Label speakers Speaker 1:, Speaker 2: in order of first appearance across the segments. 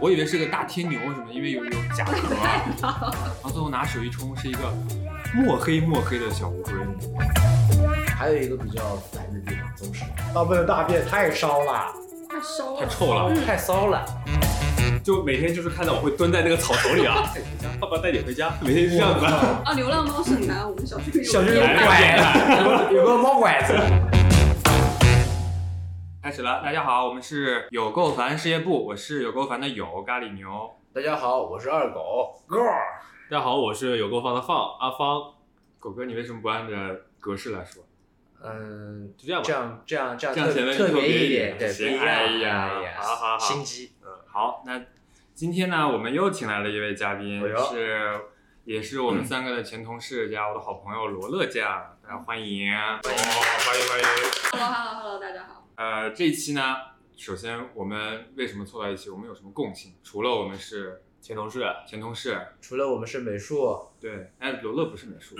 Speaker 1: 我以为是个大天牛什么，因为有有甲壳啊，然后最后拿手一冲是一个墨黑墨黑的小乌龟。
Speaker 2: 还有一个比较烦的地方哦就是
Speaker 3: 大笨的大便太烧了，
Speaker 4: 太烧
Speaker 1: 太
Speaker 4: 了。
Speaker 1: 臭了，
Speaker 2: 太骚了，
Speaker 1: 就每天就是看到我会蹲在那个草丛里啊，爸爸嗯带你回家，嗯每天是这样子。
Speaker 4: 啊，流浪猫是很难，我们小区有。
Speaker 3: 小区有
Speaker 1: 来来来，
Speaker 2: 有个猫拐子。
Speaker 1: 开始了，大家好，我们是有够烦事业部，我是有够烦的有咖喱牛。
Speaker 2: 大家好，我是二狗。
Speaker 1: 大家好，我是有够放的放阿芳。狗哥，你为什么不按照格式来说？
Speaker 2: 嗯，
Speaker 1: 就这样吧
Speaker 2: 这。样这样这样
Speaker 1: 这样显得
Speaker 2: 特
Speaker 1: 你
Speaker 2: 特
Speaker 1: 特别
Speaker 2: 别
Speaker 1: 一点
Speaker 2: 对，不
Speaker 1: 行
Speaker 2: 一样。
Speaker 1: 哎呀好好好
Speaker 2: 心机。
Speaker 1: 嗯，好，那今天呢，我们又请来了一位嘉宾，
Speaker 2: 哎呦
Speaker 1: 是也是我们三个的前同事加我的好朋友罗乐酱，大家欢迎，啊欢迎，欢迎，欢迎。
Speaker 4: Hello Hello Hello，大家 好。
Speaker 1: 呃，这一期呢，首先我们为什么凑到一起？我们有什么共性？除了我们是前同事，前同事，
Speaker 2: 除了我们是美术，
Speaker 1: 对，哎，罗乐不是美术，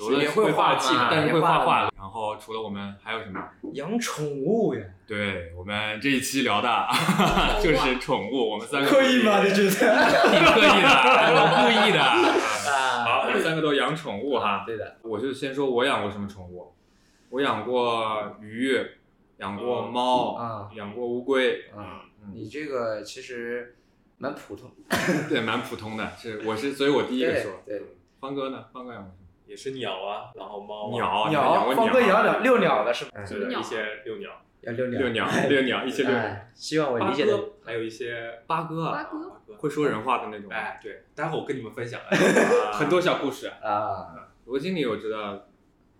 Speaker 1: 罗
Speaker 2: 也
Speaker 1: 乐
Speaker 2: 会
Speaker 1: 画
Speaker 2: 画嘛
Speaker 1: 技的，但
Speaker 2: 也
Speaker 1: 是会
Speaker 2: 画
Speaker 1: 画
Speaker 2: 了
Speaker 1: 画的。啊然后除了我们还有什么？
Speaker 2: 养宠物呀，
Speaker 1: 对我们这一期聊的啊就是宠物，我们三个
Speaker 3: 刻意吗？你觉得？
Speaker 1: 你刻 意的，哎我故意的。
Speaker 2: 啊，
Speaker 1: 好，我们三个都养宠物哈。
Speaker 2: 对的，
Speaker 1: 我就先说我养过什么宠物，我养过鱼，养过猫，
Speaker 2: 啊
Speaker 1: 养过乌龟，
Speaker 2: 啊，
Speaker 1: 嗯
Speaker 2: 你这个其实蛮普通。
Speaker 1: 对，蛮普通的，是我是，所以我第一个说。
Speaker 2: 对对
Speaker 1: 方哥呢？方哥养过什
Speaker 5: 也是鸟啊，然后猫、
Speaker 1: 么？
Speaker 5: 啊、
Speaker 1: 鸟，哦你养
Speaker 2: 鸟，
Speaker 1: 过
Speaker 2: 方哥
Speaker 1: 鸟啊嗯
Speaker 2: 养鸟遛鸟的是吗？
Speaker 5: 是
Speaker 4: 鸟
Speaker 5: 的一些遛鸟，
Speaker 2: 嗯要遛
Speaker 1: 遛鸟，
Speaker 2: 哎
Speaker 1: 遛鸟，一起遛鸟。
Speaker 2: 哎，希望我
Speaker 5: 八
Speaker 2: 理解的
Speaker 5: 哥，还有一些
Speaker 1: 八哥
Speaker 4: 八
Speaker 1: 啊，
Speaker 4: 哥
Speaker 5: 八哥。
Speaker 1: 会说人话的那种。
Speaker 5: 哎，对，待会儿我跟你们分 享、
Speaker 1: 啊
Speaker 5: 很多小故事。
Speaker 2: 啊。
Speaker 1: 罗经理我知道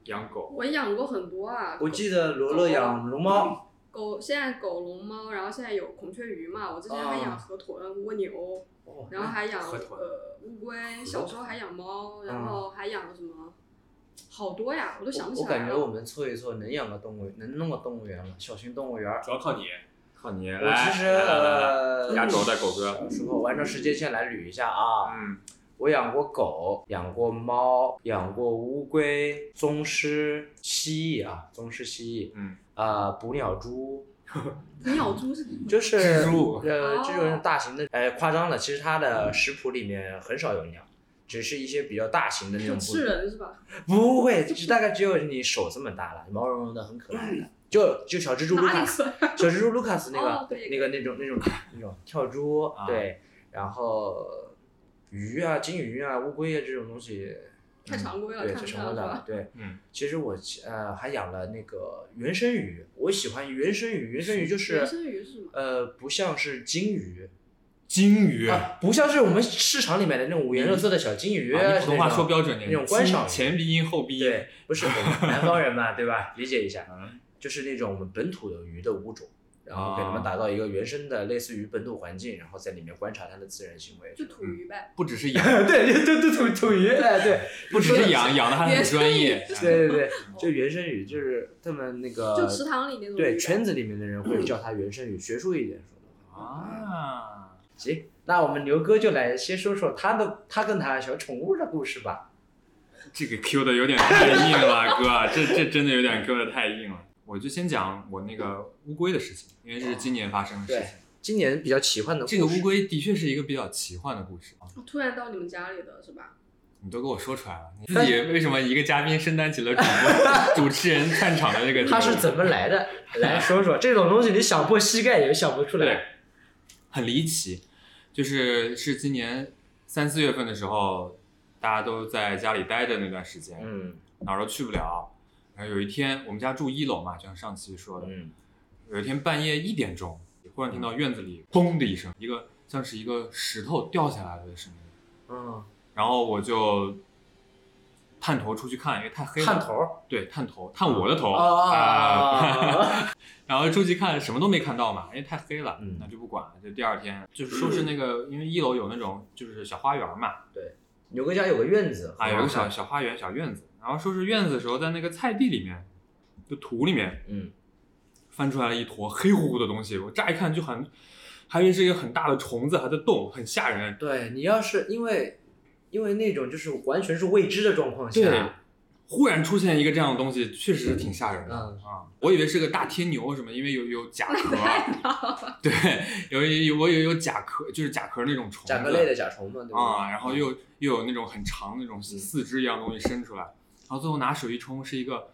Speaker 1: 养狗，
Speaker 4: 我养过很多啊，
Speaker 2: 我记得罗乐养龙猫，
Speaker 4: 狗现在狗龙猫，然后现在有孔雀鱼嘛，我之前还养河豚、蜗牛，
Speaker 2: 哦
Speaker 4: 然后还养
Speaker 5: 河豚
Speaker 4: 呃乌龟，小时候还养猫，然后还养了什么，好多呀，我都想不
Speaker 2: 我
Speaker 4: 起
Speaker 2: 嗯我
Speaker 4: 来
Speaker 2: 感觉我
Speaker 4: 了。
Speaker 2: 们凑一凑能养个动物，能弄个动物园了，小型动物园。
Speaker 5: 主要靠你，
Speaker 1: 靠你
Speaker 2: 我
Speaker 1: 来。
Speaker 2: 其实
Speaker 1: 来来来来
Speaker 2: 呃，
Speaker 1: 压轴的狗哥
Speaker 2: 小时候我按照时间线来捋一下啊，
Speaker 1: 嗯，
Speaker 2: 我养过狗，养过猫，养过乌龟、宗师、蜥蜴啊，宗师蜥蜴，
Speaker 1: 嗯，
Speaker 2: 啊，捕鸟猪，
Speaker 4: 鸟猪是
Speaker 2: 就是
Speaker 1: 蜘蛛
Speaker 2: 呃
Speaker 4: 哦
Speaker 2: 这种大型的，呃夸张了，其实它的食谱里面很少有鸟。只是一些比较大型的那
Speaker 4: 有
Speaker 2: 种
Speaker 4: 吃人是吧？
Speaker 2: 不，不会，只大概只有你手这么大了，毛茸茸的，很可爱的，
Speaker 1: 嗯
Speaker 2: 就就小蜘蛛卢
Speaker 4: 哪
Speaker 2: 卡
Speaker 4: 里
Speaker 2: 斯，
Speaker 4: 可爱？
Speaker 2: 小蜘蛛卢卡斯那个、
Speaker 4: 哎哦对
Speaker 2: 那个那种那种 那种跳蛛，
Speaker 1: 啊
Speaker 2: 对，然后鱼啊、金鱼啊、乌龟啊这种东西，嗯
Speaker 4: 太常规了，
Speaker 2: 对，
Speaker 4: 看
Speaker 2: 这
Speaker 4: 不
Speaker 2: 什
Speaker 4: 到
Speaker 2: 么
Speaker 4: 是
Speaker 2: 的
Speaker 4: 吧？，
Speaker 2: 对，
Speaker 1: 嗯，
Speaker 2: 其实我呃还养了那个原生鱼，我喜欢原生鱼，原生鱼就是
Speaker 4: 原生鱼是什么？
Speaker 2: 呃不像是金鱼。
Speaker 1: 金鱼。
Speaker 2: 啊，不像是我们市场里面的那种五颜六色的小金鱼，
Speaker 1: 啊你普通话
Speaker 2: 那种
Speaker 1: 说标准点，
Speaker 2: 那种观赏鱼
Speaker 1: 前鼻音后鼻音。
Speaker 2: 对，不是我 们南方人嘛，对吧？理解一下
Speaker 1: 嗯，
Speaker 2: 就是那种我们本土的鱼的物种，然后给他
Speaker 1: 啊
Speaker 2: 们打造一个原生的类似于本土环境，然后在里面观察它的自然行为。
Speaker 1: 啊
Speaker 4: 就土鱼呗。
Speaker 1: 不只是养，
Speaker 2: 对对对对，土土鱼，哎对
Speaker 1: 不只是养，养的还很专业。哎
Speaker 2: 对对对，就原生鱼，就是他们那个
Speaker 4: 就池塘里那种。
Speaker 2: 呃对圈子里面的人会叫它原生鱼，学术一点说的话。
Speaker 1: 啊，
Speaker 2: 行，那我们牛哥就来先说说他的他跟他小宠物的故事吧。
Speaker 1: 这个 Q 的有点太硬了， 哥，啊这这真的有点 Q 的太硬了。我就先讲我那个乌龟的事情，因为嗯这是今年发生的事情。
Speaker 2: 今年比较奇幻的故
Speaker 1: 这
Speaker 2: 事
Speaker 1: 个乌龟的确是一个比较奇幻的故事啊，
Speaker 4: 突然到你们家里的是吧？
Speaker 1: 你都给我说出来了，你自己为什么一个嘉宾身担起了主 播、主持人串场的这个？
Speaker 2: 它是怎么 来的？来说说这种东西，你想破膝盖也想不出来
Speaker 1: 对。，很离奇，就是是今年三四月份的时候，大家都在家里待着那段时间，
Speaker 2: 嗯
Speaker 1: 哪儿都去不了。然后有一天，我们家住一楼嘛，就像上期说的，
Speaker 2: 嗯，
Speaker 1: 有一天半夜一点钟，忽然听到院子里砰的一声，一个像是一个石头掉下来了的声音。
Speaker 2: 嗯，
Speaker 1: 然后我就探头出去看，因为太黑了。
Speaker 2: 探头
Speaker 1: 对，探头探我的头啊
Speaker 2: 哦啊，
Speaker 1: 然后出去看什么都没看到嘛，因为太黑了，
Speaker 2: 嗯
Speaker 1: 那就不管了。就第二天就是收拾那个，因为一楼有那种就是小花园嘛，
Speaker 2: 牛哥家有个院子，
Speaker 1: 啊，有个小小花园小院子。然后收拾院子的时候，在那个菜地里面，就土里面
Speaker 2: 嗯，
Speaker 1: 翻出来了一坨黑乎乎的东西，我乍一看就很，还以为是一个很大的虫子还在动，很吓人。
Speaker 2: 对你要是因为因为那种就是完全是未知的状况下，
Speaker 1: 对，忽然出现一个这样的东西，确实是挺吓人的
Speaker 2: 嗯
Speaker 1: 啊！我以为是个大天牛什么，因为有有甲壳，
Speaker 4: 好
Speaker 1: 对，有有我有有甲壳，就是甲壳那种虫子，
Speaker 2: 甲壳类的嗯甲虫嘛，对不对？
Speaker 1: 啊，然后又又有那种很长的那种四肢一样的东西伸出来，然后最后拿手一冲，是一个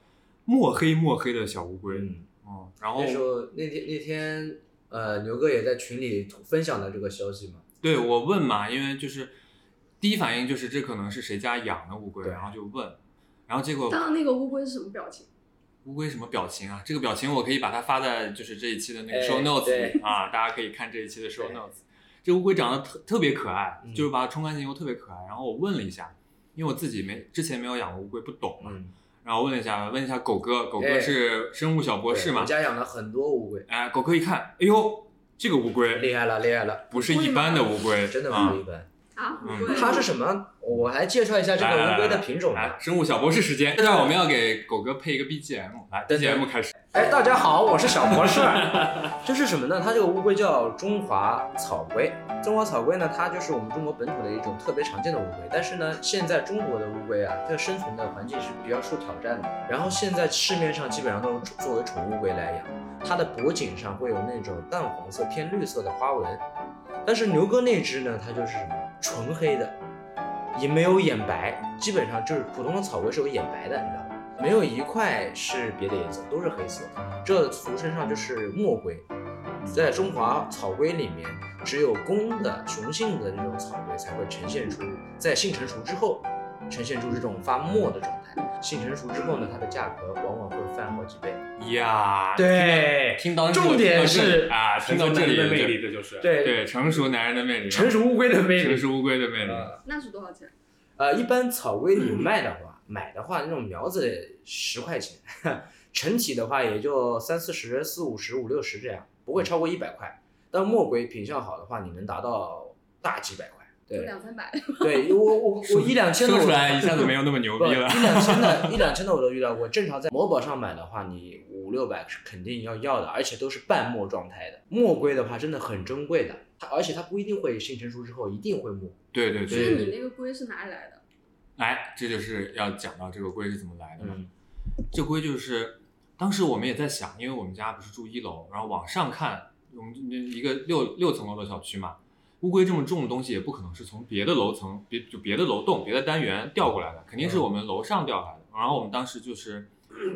Speaker 1: 墨黑墨黑的小乌龟，
Speaker 2: 嗯，
Speaker 1: 嗯，然后
Speaker 2: 那时候那天那天呃牛哥也在群里分享了这个消息嘛，
Speaker 1: 对我问嘛，因为就是第一反应就是这可能是谁家养的乌龟，
Speaker 2: 对
Speaker 1: 然后就问，然后结果
Speaker 4: 当时那个乌龟是什么表情？
Speaker 1: 乌龟什么表情啊？这个表情我可以把它发在就是这一期的那个
Speaker 2: 哎
Speaker 1: show notes
Speaker 2: 对
Speaker 1: 里、啊，大家可以看这一期的 show
Speaker 2: 对
Speaker 1: notes。这乌龟长得特特别可爱，
Speaker 2: 嗯
Speaker 1: 就是把它冲干净以后特别可爱。然后我问了一下，因为我自己没之前没有养过乌龟，不懂嘛，
Speaker 2: 嗯，
Speaker 1: 然后问了一下，问一下狗哥，狗哥
Speaker 2: 哎
Speaker 1: 是生物小博士
Speaker 2: 对
Speaker 1: 嘛
Speaker 2: 我？家养了很多乌龟，
Speaker 1: 哎，狗哥一看，哎呦，这个乌龟
Speaker 2: 厉害了厉害了，
Speaker 1: 不是一般的乌龟，
Speaker 2: 真的
Speaker 1: 啊
Speaker 2: 不是一般。
Speaker 4: 啊，乌
Speaker 1: 嗯
Speaker 4: 龟。
Speaker 2: 它是什么？我来介绍一下这
Speaker 1: 来来
Speaker 2: 个乌
Speaker 1: 来
Speaker 2: 龟的品种吧。
Speaker 1: 来，生物小博士时间，这段我们要给狗哥配一个 BGM，来
Speaker 2: 对对
Speaker 1: ，BGM 开始。
Speaker 2: 哎，大家好，我是小博士。这是什么呢？它这个乌龟叫中华草龟。中华草龟呢，它就是我们中国本土的一种特别常见的乌龟。但是呢，现在中国的乌龟啊，它的生存的环境是比较受挑战的。然后现在市面上基本上都是作为宠物乌龟来养，它的脖颈上会有那种淡黄色偏绿色的花纹。但是牛哥那只呢，它就是什么纯黑的，也没有眼白，基本上就是普通的草龟是有眼白的，你知道吗？没有一块是别的颜色，都是黑色。这俗称上就是墨龟，在中华草龟里面，只有公的雄性的那种草龟才会呈现出在性成熟之后，呈现出这种发墨的状态。性成熟之后呢，它的价格往往会翻好几倍。
Speaker 1: 呀，
Speaker 3: 对
Speaker 1: 听到
Speaker 3: 重点是
Speaker 1: 啊，听到这里
Speaker 5: 的魅
Speaker 1: 就
Speaker 5: 力，这就是。
Speaker 3: 对，
Speaker 1: 对成熟男人的魅力，
Speaker 3: 成熟乌龟的魅
Speaker 1: 成
Speaker 3: 力，
Speaker 1: 熟乌龟的魅力，
Speaker 4: 那是多少钱？
Speaker 2: 呃，一般草龟
Speaker 1: 嗯
Speaker 2: 你卖的话，买的话那种苗子十块钱，成体的话也就三四十、四五十、五六十这样，不会
Speaker 1: 嗯
Speaker 2: 超过一百块。但墨龟品相好的话，你能达到大几百块。
Speaker 4: 就
Speaker 2: 对，
Speaker 4: 两三百。
Speaker 2: 对我我我一两千的
Speaker 1: 说
Speaker 2: 我
Speaker 1: 出来一下子没有那么牛
Speaker 2: 不
Speaker 1: 逼
Speaker 2: 一
Speaker 1: 了。
Speaker 2: 两千 的，一两千的我都遇到过。正常在某宝上买的话，你五六百是肯定要要的，而且都是半墨状态的。墨龟的话真的很珍贵的，它而且它不一定会性成熟之后一定会墨。
Speaker 1: 对对
Speaker 4: 所
Speaker 1: 对，
Speaker 4: 以
Speaker 2: 对
Speaker 4: 你那个龟是哪里来的？
Speaker 1: 来，这就是要讲到这个龟是怎么来的嘛。
Speaker 2: 嗯
Speaker 1: 这龟就是当时我们也在想，因为我们家不是住一楼，然后往上看，我们那一个六六层楼的小区嘛，乌龟这么重的东西也不可能是从别的楼层、别就别的楼栋、别的单元调过来的，肯定是我们楼上调来的。然后我们当时就是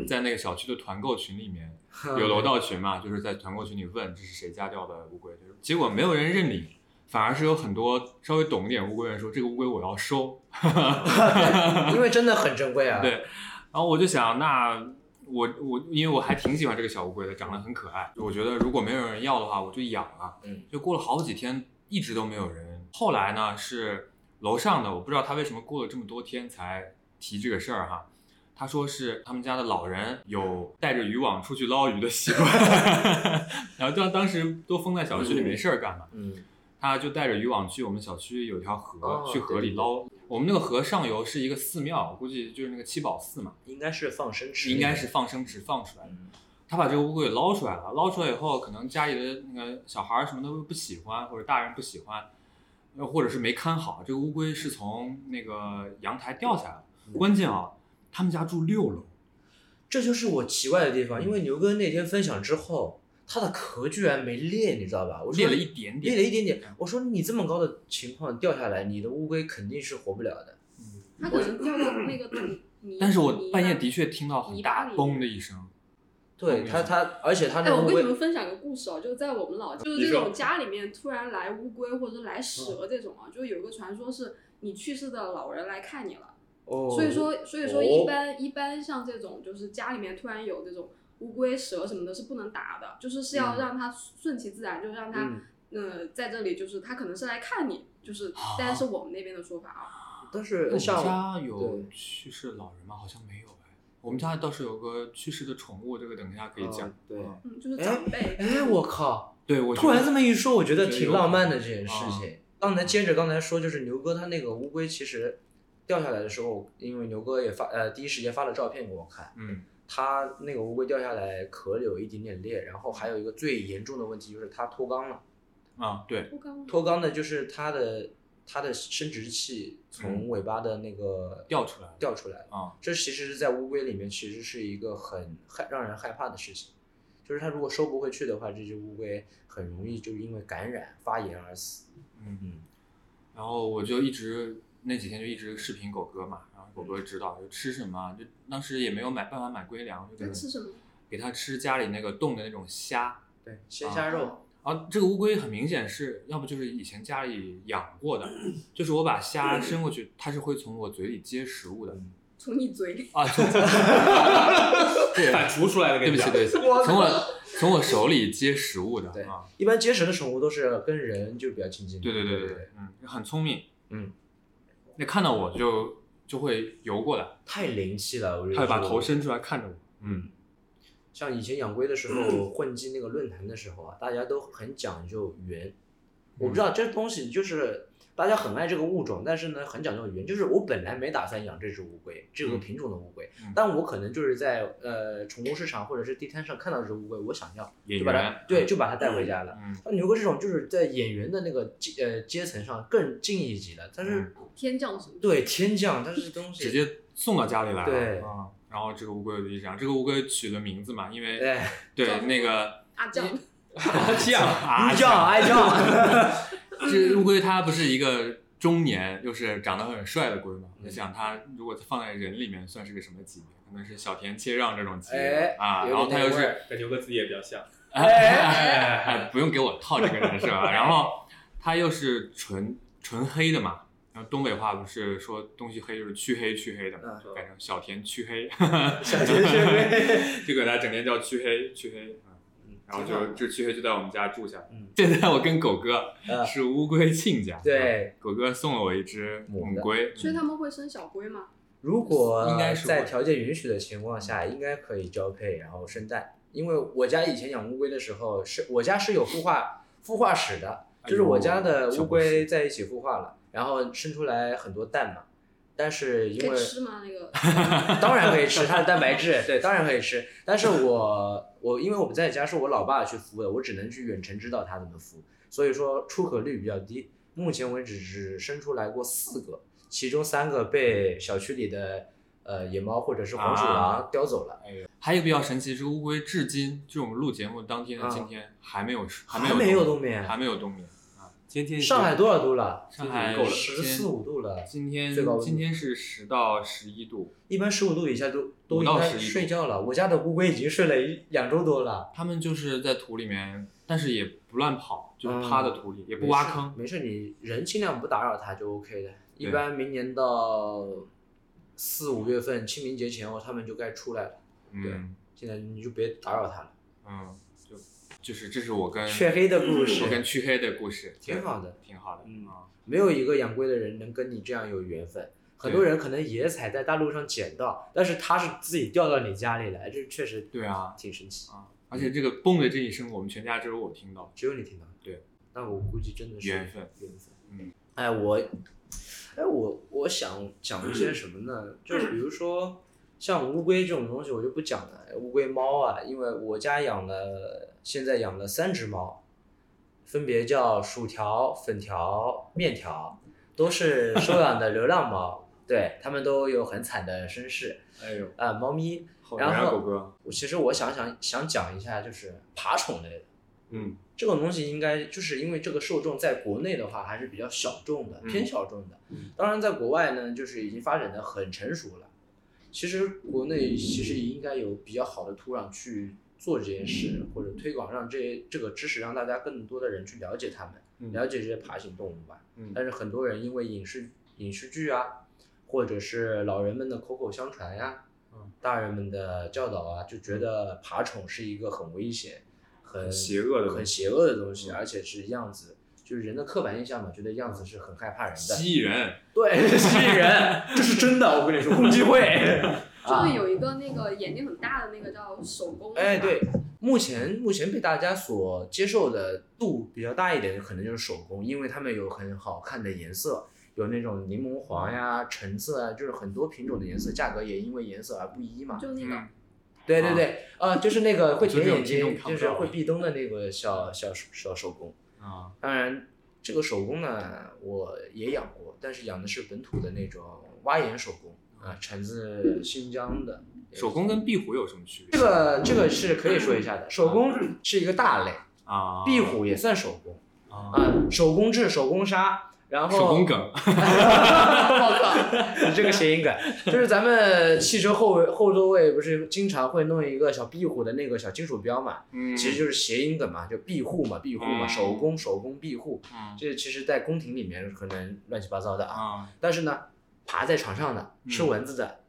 Speaker 1: 在那个小区的团购群里面，
Speaker 2: 嗯
Speaker 1: 有 楼道群嘛，就是在团购群里问这是谁家钓的乌龟，就是结果没有人认领，反而是有很多稍微懂一点乌龟人说这个乌龟我要收，
Speaker 2: 因为真的很珍贵啊。
Speaker 1: 对，然后我就想，那我我因为我还挺喜欢这个小乌龟的，长得很可爱。我觉得如果没有人要的话，我就养了。
Speaker 2: 嗯，
Speaker 1: 就过了好几天，一直都没有人。后来呢，是楼上的，我不知道他为什么过了这么多天才提这个事儿哈。他说是他们家的老人有带着渔网出去捞鱼的习惯， 然后当当时都封在小区里没事儿干嘛，
Speaker 2: 嗯，
Speaker 1: 他就带着渔网去我们小区有条河，
Speaker 2: 哦
Speaker 1: 去河里
Speaker 2: 对对对
Speaker 1: 捞。我们那个河上游是一个寺庙，我估计就是那个七宝寺嘛，
Speaker 2: 应该是放生吃，
Speaker 1: 应该是放生池放出来的。
Speaker 2: 嗯。
Speaker 1: 他把这个乌龟给捞出来了，捞出来以后，可能家里的那个小孩儿什么的不喜欢，或者大人不喜欢，呃，或者是没看好，这个乌龟是从那个阳台掉下来的。
Speaker 2: 嗯
Speaker 1: 关键啊，他们家住六楼，
Speaker 2: 这就是我奇怪的地方，因为牛哥那天分享之后，它的壳居然没裂，你知道吧？我说
Speaker 1: 裂了一点嗯
Speaker 2: 裂
Speaker 1: 点，
Speaker 2: 了一点点。我说你这么高的情况掉下来，你的乌龟肯定是活不了的。
Speaker 4: 它可能掉到那个土泥。
Speaker 1: 但是
Speaker 4: 泥
Speaker 1: 我
Speaker 4: 巴
Speaker 1: 半夜的确听到很
Speaker 4: 泥
Speaker 1: 大
Speaker 4: 巴里
Speaker 1: 嘣的一声，
Speaker 2: 对
Speaker 1: 嗯
Speaker 2: 它，它而且
Speaker 4: 哎，
Speaker 2: 它那
Speaker 4: 我
Speaker 2: 乌
Speaker 4: 跟你
Speaker 2: 龟
Speaker 4: 们分享个故事哦，就是在我们老家，就是这种家里面突然来乌龟或者来蛇这种
Speaker 1: 嗯
Speaker 4: 啊，就有一个传说是你去世的老人来看你了，
Speaker 2: 哦，
Speaker 4: 所以说所以说
Speaker 2: 哦
Speaker 4: 一般一般像这种就是家里面突然有这种乌龟蛇什么的是不能打的，就是是要
Speaker 2: 嗯
Speaker 4: 让它顺其自然，就让它
Speaker 2: 嗯，
Speaker 4: 呃在这里就是它可能是来看你，就是
Speaker 1: 啊
Speaker 4: 但是我们那边的说法啊。
Speaker 2: 但
Speaker 1: 我
Speaker 2: 是
Speaker 1: 们
Speaker 2: 像
Speaker 1: 家有
Speaker 2: 对
Speaker 1: 去世老人吗？好像没有哎。我们家倒是有个去世的宠物，这个等一下可以讲。
Speaker 2: 哦对
Speaker 1: 嗯
Speaker 4: 嗯，就是
Speaker 2: 哎
Speaker 4: 长辈。
Speaker 2: 哎，我靠！
Speaker 1: 对我觉
Speaker 2: 突然
Speaker 1: 得
Speaker 2: 这么一说，我觉得
Speaker 1: 觉得
Speaker 2: 挺
Speaker 1: 有
Speaker 2: 浪漫的这件事
Speaker 1: 啊
Speaker 2: 情。刚才接着刚才说，就是牛哥他那个乌龟其实掉下来的时候，因为牛哥也发呃第一时间发了照片给我看。
Speaker 1: 嗯，
Speaker 2: 它那个乌龟掉下来壳有一点点裂，然后还有一个最严重的问题就是它脱肛了。
Speaker 1: 啊，对，
Speaker 4: 我刚
Speaker 2: 脱肛呢，就是它的它的生殖器从尾巴的那个
Speaker 1: 掉出来了
Speaker 2: 掉出来，
Speaker 1: 啊，
Speaker 2: 这其实是在乌龟里面其实是一个很害让人害怕的事情，就是它如果收不回去的话，这只乌龟很容易就因为感染发炎而死。
Speaker 1: 嗯，
Speaker 2: 嗯，
Speaker 1: 然后我就一直那几天就一直视频狗哥嘛，然后狗哥知道就吃什么，就当时也没有买办法买龟粮，就给
Speaker 4: 那
Speaker 1: 它
Speaker 4: 吃什么？
Speaker 1: 给它吃家里那个冻的那种虾，
Speaker 2: 对，鲜虾肉，
Speaker 1: 啊，这个乌龟很明显是要不就是以前家里养过的，就是我把虾伸过去，它是会从我嘴里接食物的
Speaker 4: 从你嘴里。
Speaker 1: 啊。就 对，
Speaker 5: 反刍出来的，
Speaker 1: 对
Speaker 5: 跟
Speaker 1: 不
Speaker 5: 你
Speaker 1: 起，
Speaker 5: 讲，
Speaker 1: 对不起，从我从我手里接食物的
Speaker 2: 对
Speaker 1: 啊。
Speaker 2: 一般结食的宠物都是跟人就比较亲近的。
Speaker 1: 对对
Speaker 2: 对
Speaker 1: 对对对，嗯，很聪明，
Speaker 2: 嗯，
Speaker 1: 那看到我就就会游过来，
Speaker 2: 太灵气了，我觉得。
Speaker 1: 它会把头。伸出来看着我，嗯，
Speaker 2: 像以前养龟的时候，混迹那个论坛的时候啊，大家都很讲究
Speaker 1: 嗯
Speaker 2: 缘。我不知道这东西就是大家很爱这个物种，但是呢很讲究缘。就是我本来没打算养这只乌龟，这个
Speaker 1: 嗯
Speaker 2: 品种的乌龟，
Speaker 1: 嗯
Speaker 2: 但我可能就是在呃宠物市场或者是地摊上看到这只乌龟，我想要，
Speaker 1: 演
Speaker 2: 就把它
Speaker 1: 员，啊
Speaker 2: 对，就把它带回家了。
Speaker 1: 嗯，
Speaker 2: 那牛哥这种就是在演员的那个阶呃阶层上更近一级了，但是、
Speaker 4: 天降神么？
Speaker 2: 对天降，但是东
Speaker 1: 嗯
Speaker 2: 西
Speaker 1: 直接送到家里来了，
Speaker 2: 对
Speaker 1: 啊。然后这个乌龟我就一直养，这个乌龟取了名字嘛，因为
Speaker 2: 哎，
Speaker 4: 叫
Speaker 1: 对
Speaker 4: 什么
Speaker 1: 那个
Speaker 4: 啊降，
Speaker 1: 这样啊
Speaker 2: 一降挨 降，
Speaker 1: 这乌龟它不是一个中年又是长得很帅的龟吗？我
Speaker 2: 嗯
Speaker 1: 想它如果放在人里面算是个什么级别？可能是小田切让这种级别
Speaker 2: 哎
Speaker 1: 啊。
Speaker 2: 有
Speaker 1: 然后它
Speaker 2: 点
Speaker 1: 又
Speaker 2: 那味
Speaker 1: 是
Speaker 2: 儿
Speaker 5: 感觉跟自己也比较像。
Speaker 1: 哎哎不用给我套这个人设 啊。然后它又是纯纯黑的嘛。然后东北话不是说东西黑就是去黑去黑的嘛，
Speaker 2: 嗯
Speaker 1: 就改成小田去黑，
Speaker 2: 小学生。
Speaker 1: 就给它整天叫去黑去黑。嗯 然后就这去黑就在我们家住下了。
Speaker 2: 嗯
Speaker 1: 现在我跟狗哥
Speaker 2: 嗯
Speaker 1: 是乌龟亲家，
Speaker 2: 对，
Speaker 1: 狗哥送了我一只母龟，
Speaker 4: 所以他们会生小龟吗？
Speaker 2: 如果
Speaker 1: 应该是
Speaker 2: 在
Speaker 1: 会
Speaker 2: 条件允许的情况下，应该可以交配，然后生蛋。因为我家以前养乌龟的时候，是我家是有孵化孵化室的，
Speaker 1: 哎呦
Speaker 2: 就是我家的
Speaker 1: 小
Speaker 2: 乌
Speaker 1: 故事
Speaker 2: 龟在一起孵化了，然后生出来很多蛋嘛。但是因
Speaker 4: 可
Speaker 2: 为
Speaker 4: 以吃吗？那个
Speaker 2: 当然可以吃它的蛋白质，对，当然可以吃。但是我我因为我不在家，是我老爸去孵的，我只能去远程知道它怎么孵，所以说出壳率比较低。目前为止只生出来过四个，其中三个被小区里的呃野猫或者是黄鼠狼叼走了，
Speaker 1: 嗯还有一个比较神奇是乌龟，至今就我们录节目当天的今天还没有还
Speaker 2: 嗯还
Speaker 1: 没
Speaker 2: 没有
Speaker 1: 冬
Speaker 2: 冬眠
Speaker 1: 还没有冬眠啊！今天
Speaker 2: 上海多少度了？
Speaker 1: 上海
Speaker 5: 够了
Speaker 2: 十四五度了，
Speaker 1: 今天
Speaker 2: 最高温度
Speaker 1: 今天是十到十一度，
Speaker 2: 一般十五度以下都都
Speaker 1: 五
Speaker 2: 应
Speaker 1: 到
Speaker 2: 该
Speaker 1: 11
Speaker 2: 睡觉了。我家的乌龟已经睡了一两周多了，
Speaker 1: 他们就是在土里面，但是也不乱跑，就是
Speaker 2: 嗯
Speaker 1: 趴在土里，也不挖坑。
Speaker 2: 没事，没事，你人尽量不打扰它就 OK 的。一
Speaker 1: 对
Speaker 2: 般明年到四五月份，清明节前后，它们就该出来了。对
Speaker 1: 嗯
Speaker 2: 现在你就别打扰它了。
Speaker 1: 嗯，就就是这是我跟
Speaker 2: 雀黑的故
Speaker 1: 我跟
Speaker 2: 事，
Speaker 1: 黢黑的故事，
Speaker 2: 挺好的
Speaker 1: 对，挺好的。
Speaker 2: 嗯
Speaker 1: 啊
Speaker 2: 没有一个养龟的人能跟你这样有缘分。很多人可能野采在大路上捡到，但是它是自己掉到你家里来，这确实
Speaker 1: 对啊
Speaker 2: 挺神奇。
Speaker 1: 啊！而且这个嘣的这一声，我们全家只有我听到。
Speaker 2: 只有你听到。
Speaker 1: 对，
Speaker 2: 那我估计真的是
Speaker 1: 缘分，
Speaker 2: 缘分。
Speaker 1: 嗯，
Speaker 2: 哎，我，哎，我我想讲一些什么呢？就是比如说，像乌龟这种东西，我就不讲了。乌龟猫啊，因为我家养了，现在养了三只猫，分别叫薯条、粉条、面条，都是收养的流浪猫。对，它们都有很惨的身世
Speaker 1: 哎呦，
Speaker 2: 啊、猫咪。
Speaker 1: 好
Speaker 2: 然
Speaker 1: 呀，
Speaker 2: 后
Speaker 1: 狗哥，
Speaker 2: 我其实我想想想讲一下，就是爬宠类的。
Speaker 1: 嗯，
Speaker 2: 这种东西应该就是因为这个受众在国内的话还是比较小众的，
Speaker 1: 嗯
Speaker 2: 偏小众的。
Speaker 1: 嗯
Speaker 2: 当然，在国外呢，就是已经发展的很成熟了。其实国内其实应该有比较好的土壤去做这件事，或者推广，让这这个知识让大家更多的人去了解它们，
Speaker 1: 嗯
Speaker 2: 了解这些爬行动物吧。
Speaker 1: 嗯
Speaker 2: 但是很多人因为影视影视剧啊，或者是老人们的口口相传呀、
Speaker 1: 嗯
Speaker 2: 大人们的教导啊，就觉得爬宠是一个很危险、很
Speaker 1: 很邪恶的东西
Speaker 2: 很邪恶的东西，
Speaker 1: 嗯
Speaker 2: 而且是样子，就是人的刻板印象嘛，觉得样子是很害怕人的，
Speaker 1: 蜥蜴人，
Speaker 2: 对，吸引人， 这是真的，我跟你说，共济会
Speaker 4: 就
Speaker 2: 啊
Speaker 4: 是，有一个那个眼睛很大的那个叫手工，
Speaker 2: 哎，对，目前目前被大家所接受的度比较大一点，可能就是手工，因为他们有很好看的颜色，有那种柠檬黄呀、橙色啊，就是很多品种的颜色，价格也因为颜色而不一嘛。
Speaker 4: 就那个
Speaker 1: 嗯，
Speaker 2: 对对对，啊，就是那个会
Speaker 1: 就
Speaker 2: 舔
Speaker 1: 这种
Speaker 2: 眼
Speaker 1: 品种
Speaker 2: 睛，
Speaker 1: 看
Speaker 2: 就
Speaker 1: 不
Speaker 2: 是
Speaker 1: 到
Speaker 2: 会
Speaker 1: 的
Speaker 2: 壁咚的那个小小小手工。
Speaker 1: 啊，
Speaker 2: 当然，这个手工呢，我也养过，但是养的是本土的那种蛙眼手工啊，产自新疆的。
Speaker 1: 手工跟壁虎有什么区别？
Speaker 2: 这个这个是可以说一下的，手工是一个大类，
Speaker 1: 啊，
Speaker 2: 壁虎也算手工
Speaker 1: 啊，
Speaker 2: 啊，手工制、手工纱，然后
Speaker 1: 手工梗，
Speaker 2: 我靠， 你这个谐音 梗，就是咱们汽车后后座位不是经常会弄一个小壁虎的那个小金属标嘛，
Speaker 1: 嗯，
Speaker 2: 其实就是谐音梗嘛，就庇护嘛，庇护嘛，
Speaker 1: 嗯
Speaker 2: 手工手工庇护，
Speaker 1: 嗯
Speaker 2: 这其实在宫廷里面可能乱七八糟的啊，
Speaker 1: 啊，
Speaker 2: 但是呢，爬在床上的、
Speaker 1: 嗯
Speaker 2: 吃蚊子的，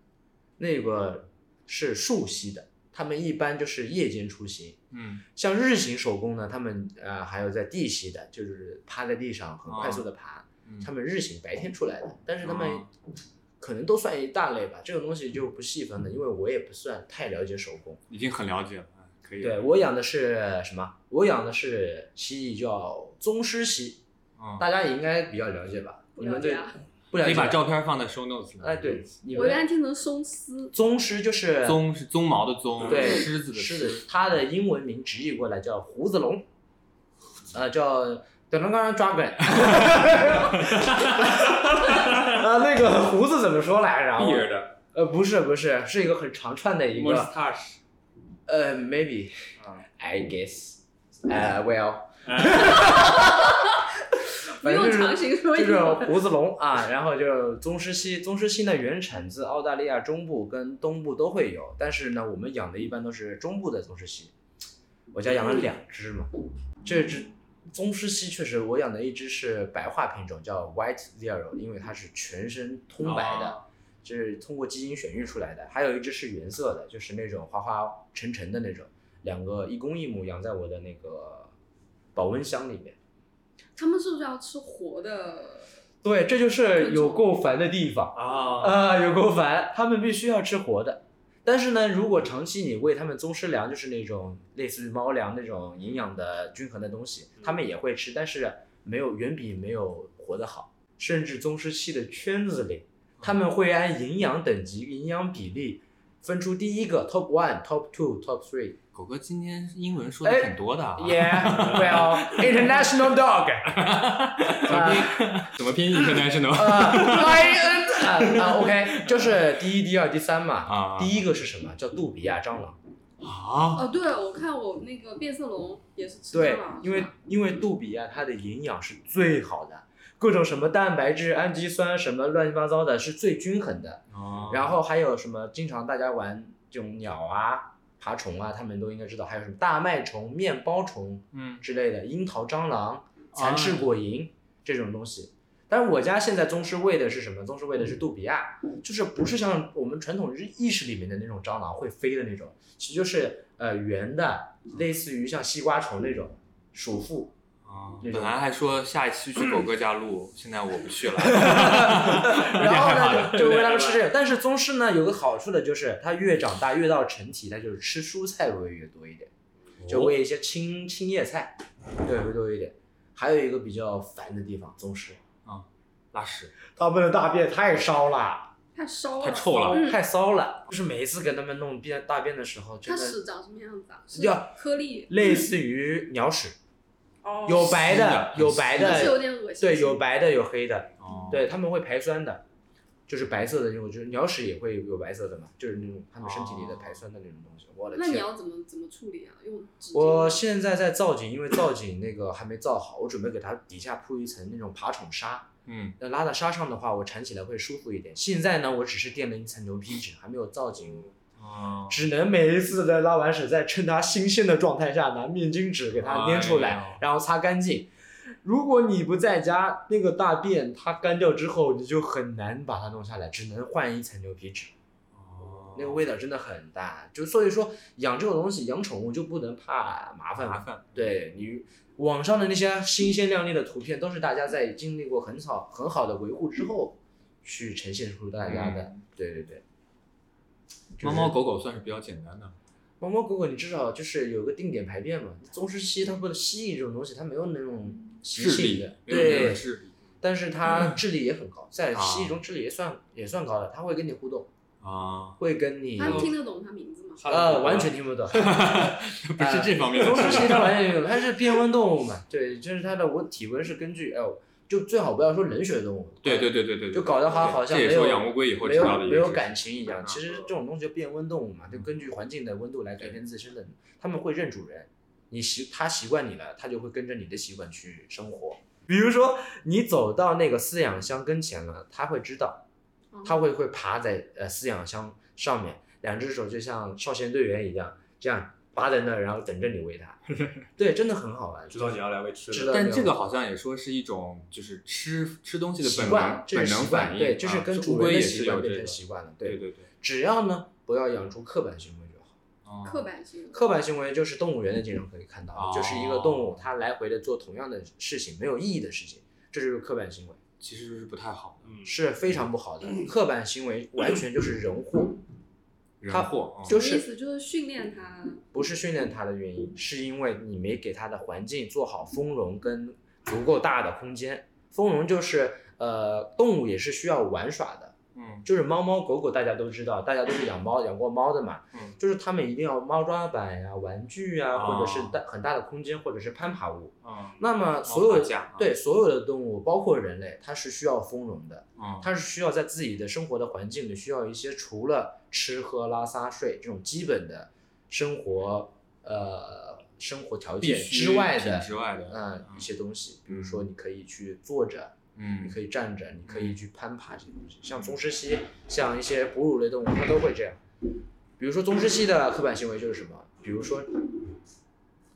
Speaker 2: 那个是树栖的，他们一般就是夜间出行。
Speaker 1: 嗯
Speaker 2: 像日行手工呢，他们呃还有在地栖的，就是趴在地上很快速的爬，
Speaker 1: 哦嗯
Speaker 2: 他们日行白天出来的，但是他们
Speaker 1: 哦
Speaker 2: 可能都算一大类吧。这种东西就不细分了，因为我也不算太了解手工。
Speaker 1: 已经很了解了，哎可以了，
Speaker 2: 对我养的是什么？我养的是蜥蜴，叫宗师蜥，
Speaker 1: 嗯，
Speaker 2: 大家也应该比较了解吧？
Speaker 4: 不
Speaker 2: 你们
Speaker 4: 了解
Speaker 2: 对
Speaker 4: 啊
Speaker 2: 不了
Speaker 1: 可
Speaker 2: 解？
Speaker 1: 以把照片放在 show notes 里。嗯
Speaker 2: 哎，对，， 你
Speaker 4: 我原来
Speaker 2: 们
Speaker 4: 听成松狮，
Speaker 2: 宗师就是
Speaker 1: 鬃是鬃毛的鬃，
Speaker 2: 对
Speaker 1: 狮子的
Speaker 2: 狮子，它的英文名直译过来叫胡子龙，呃，叫 Dragon Dragon，啊，那个胡子怎么说来
Speaker 1: 哎
Speaker 2: 着？
Speaker 5: 闭着的
Speaker 2: 呃，不是不是，是一个很长串的一个
Speaker 5: mustache，
Speaker 2: 呃，maybe
Speaker 5: 啊
Speaker 2: I guess，呃，well，
Speaker 4: 不
Speaker 2: 反正
Speaker 4: 用
Speaker 2: 就是
Speaker 4: 强行说
Speaker 2: 就
Speaker 4: 英
Speaker 2: 是
Speaker 4: 文。
Speaker 2: 胡子龙啊，然后就是宗师蜥，宗师蜥呢原产自澳大利亚中部跟东部都会有，但是呢，我们养的一般都是中部的宗师蜥。我家养了两只嘛，这只宗师蜥确实我养的一只是白化品种，叫 White Zero，因为它是全身通白的，
Speaker 1: 哦
Speaker 2: 这是通过基因选育出来的。还有一只是原色的，就是那种花花沉沉的那种，两个一公一母养在我的那个保温箱里面。
Speaker 4: 他们是不是要吃活的？
Speaker 2: 对，这就是有够烦的地方
Speaker 5: 啊，
Speaker 2: 啊、有够烦。他们必须要吃活的，但是呢，如果长期你喂他们宗师粮，就是那种类似于猫粮那种营养的均衡的东西，他们也会吃，但是没有远比没有活的好。甚至宗师系的圈子里，他们会按营养等级、营养比例分出第一个 top one、top two、top three。
Speaker 1: 狗哥今天英文说的
Speaker 2: 哎
Speaker 1: 挺多的啊，
Speaker 2: Yeah, well, international dog.
Speaker 1: 怎么拼？怎么拼 international？
Speaker 2: 啊，I N 啊啊，OK，就是第一、第二、第三嘛。
Speaker 1: 啊，
Speaker 2: 第一个是什么？叫杜比亚蟑螂。
Speaker 1: 啊，
Speaker 4: 哦，对，我看我那个变色龙也是吃
Speaker 2: 对
Speaker 4: 蟑螂，，
Speaker 2: 因为
Speaker 4: 是吧
Speaker 2: 因为杜比亚它的营养是最好的，各种什么蛋白质、氨基酸什么乱七八糟的，是最均衡的。
Speaker 1: 啊哦
Speaker 2: 然后还有什么？经常大家玩这种鸟啊、爬虫啊，他们都应该知道。还有什么大麦虫、面包虫，
Speaker 1: 嗯
Speaker 2: 之类的，樱桃蟑螂、蚕翅果蝇、这种东西。但是我家现在宗师喂的是什么？宗师喂的是杜比亚，就是不是像我们传统日意识里面的那种蟑螂会飞的那种，其实就是呃圆的，类似于像西瓜虫那种鼠妇。
Speaker 1: 啊，
Speaker 2: 那
Speaker 1: 本
Speaker 2: 种
Speaker 1: 来还说下一期去狗哥家录，现在我不去了。
Speaker 2: 然后呢，就就喂他们吃
Speaker 5: 有
Speaker 2: 这个。但是宗师呢有个好处的就是，它越长大越到成体，它就是吃蔬菜喂越多一点，就喂一些青青叶菜，对，会多一点。还有一个比较烦的地方，宗师。
Speaker 1: 拉屎，
Speaker 2: 他们的大便太烧了，
Speaker 4: 太烧了，
Speaker 1: 太臭了
Speaker 4: 嗯
Speaker 2: 太骚了。就是每一次给他们弄便大便的时候，真
Speaker 4: 它
Speaker 2: 的
Speaker 4: 屎长什么样子啊？是
Speaker 2: 呀
Speaker 4: 颗粒，
Speaker 2: 类似于鸟屎，
Speaker 4: 哦，
Speaker 2: 有白的，
Speaker 1: 是的
Speaker 2: 有白
Speaker 1: 是
Speaker 4: 是有
Speaker 2: 的，
Speaker 4: 点恶心。
Speaker 2: 对，有白的，有黑的，
Speaker 1: 哦，
Speaker 2: 对，他们会排酸的，就是白色的那种，就是鸟屎也会有白色的嘛，就是那种他们身体里的排酸的那种东西。我的
Speaker 4: 哦那你
Speaker 2: 天！
Speaker 4: 要怎么怎么处理啊？用纸巾吗
Speaker 2: 我现在在造景，因为造景那个还没造好，我准备给它底下铺一层那种爬宠沙，
Speaker 1: 嗯，
Speaker 2: 那拉到沙上的话，我缠起来会舒服一点。现在呢，我只是垫了一层牛皮纸，还没有造景
Speaker 1: 哦，
Speaker 2: 只能每一次在拉完屎，再趁它新鲜的状态下，拿面巾纸给它捏出来，
Speaker 1: 哎呦
Speaker 2: 然后擦干净。如果你不在家，那个大便它干掉之后，你就很难把它弄下来，只能换一层牛皮纸。那个味道真的很大，就所以说养这种东西，养宠物就不能怕麻烦。
Speaker 1: 麻烦，
Speaker 2: 对你网上的那些新鲜亮丽的图片，都是大家在经历过很好很好的维护之后，去呈现出大家的。对对对，
Speaker 1: 嗯猫猫狗狗算是比较简单的，
Speaker 2: 猫猫狗狗，你至少就是有个定点排便嘛。宗师蜥它不是蜥蜴这种东西，它没有那种习
Speaker 1: 智
Speaker 2: 性
Speaker 1: 力
Speaker 2: 的，，
Speaker 1: 没有人
Speaker 2: 对
Speaker 1: 的，智力，
Speaker 2: 但是它智力也很高，在
Speaker 1: 啊
Speaker 2: 蜥蜴中智力也算也算高的，它会跟你互动，
Speaker 1: 啊，
Speaker 2: 会跟你
Speaker 4: 他们听得懂他名字吗？
Speaker 2: 呃完全听 不懂，
Speaker 1: 不是这方面
Speaker 2: 总
Speaker 1: 的事
Speaker 2: 之呃是一
Speaker 1: 情。
Speaker 2: 条完全听不懂，它是变温动物嘛，对，就是它的温体温是根据哎呦，就最好不要说冷血动物，
Speaker 1: 对对对对对，
Speaker 2: 就搞得它好像
Speaker 1: 这
Speaker 2: 没
Speaker 1: 也
Speaker 2: 有
Speaker 1: 是我养乌龟以后
Speaker 2: 没
Speaker 1: 知道
Speaker 2: 有
Speaker 1: 的一
Speaker 2: 没
Speaker 1: 个
Speaker 2: 有
Speaker 1: 事情啊嗯
Speaker 2: 感情一样，其实这种东西就变温动物嘛，就根据环境的温度来改变自身的，他们会认主人，你习它习惯你了，它就会跟着你的习惯去生活。比如说你走到那个饲养箱跟前了，它会知道，
Speaker 4: 哦
Speaker 2: 它会会爬在呃饲养箱上面，两只手就像少先队员一样，这样扒在那儿，然后等着你喂 它。对，真的很好玩，
Speaker 5: 知道你要来喂
Speaker 2: 知
Speaker 5: 吃
Speaker 2: 道
Speaker 5: 的，
Speaker 1: 但这个好像也说是一种就是吃吃东西的
Speaker 2: 习
Speaker 1: 本
Speaker 2: 惯
Speaker 1: 能，
Speaker 2: 这
Speaker 1: 本
Speaker 2: 是
Speaker 1: 能
Speaker 2: 习惯，
Speaker 1: 反应，
Speaker 2: 对，就是
Speaker 1: 啊
Speaker 2: 跟
Speaker 1: 这乌
Speaker 2: 主
Speaker 1: 龟
Speaker 2: 人的
Speaker 1: 也
Speaker 2: 习
Speaker 1: 是有
Speaker 2: 惯
Speaker 1: 这
Speaker 2: 变成
Speaker 1: 个，
Speaker 2: 习惯了。
Speaker 1: 对对对，
Speaker 2: 只要呢不要养出刻板行为就好。
Speaker 1: 哦
Speaker 4: 刻板性
Speaker 2: 刻板行为就是动物园的经常可以看到的，
Speaker 1: 哦
Speaker 2: 就是一个动物它来回的做同样的事情，没有意义的事情，这就是刻板行为，
Speaker 1: 其实是不太好的，
Speaker 5: 嗯，
Speaker 2: 是非常不好的。
Speaker 1: 嗯
Speaker 2: 刻板行为完全就是人祸，
Speaker 1: 人
Speaker 2: 它
Speaker 1: 祸啊，
Speaker 2: 就
Speaker 4: 什么意
Speaker 2: 是
Speaker 4: 思就是训练他
Speaker 2: 不是训练它的原因，是因为你没给它的环境做好丰容跟足够大的空间。丰容就是呃，动物也是需要玩耍的，
Speaker 1: 嗯
Speaker 2: 就是猫猫狗狗大家都知道，大家都是养猫养过猫的嘛，
Speaker 1: 嗯
Speaker 2: 就是它们一定要猫抓板呀、玩具呀、
Speaker 1: 哦
Speaker 2: 或者是大很大的空间，或者是攀爬物。
Speaker 1: 嗯
Speaker 2: 那么所有
Speaker 1: 爬架啊
Speaker 2: 对所有的动物，包括人类，它是需要丰容的，
Speaker 1: 嗯，
Speaker 2: 它是需要在自己的生活的环境里，需要一些除了吃喝拉撒睡这种基本的生活呃生活条
Speaker 1: 必
Speaker 2: 件
Speaker 1: 须
Speaker 2: 之外
Speaker 1: 品嗯
Speaker 2: 的
Speaker 1: 之外的，
Speaker 2: 呃一些东西，比如说你可以去坐着，你
Speaker 1: 嗯
Speaker 2: 可以站着，你可以去攀爬这些东西。像棕狮蜥，像一些哺乳类动物，它都会这样。比如说棕狮蜥的刻板行为就是什么？比如说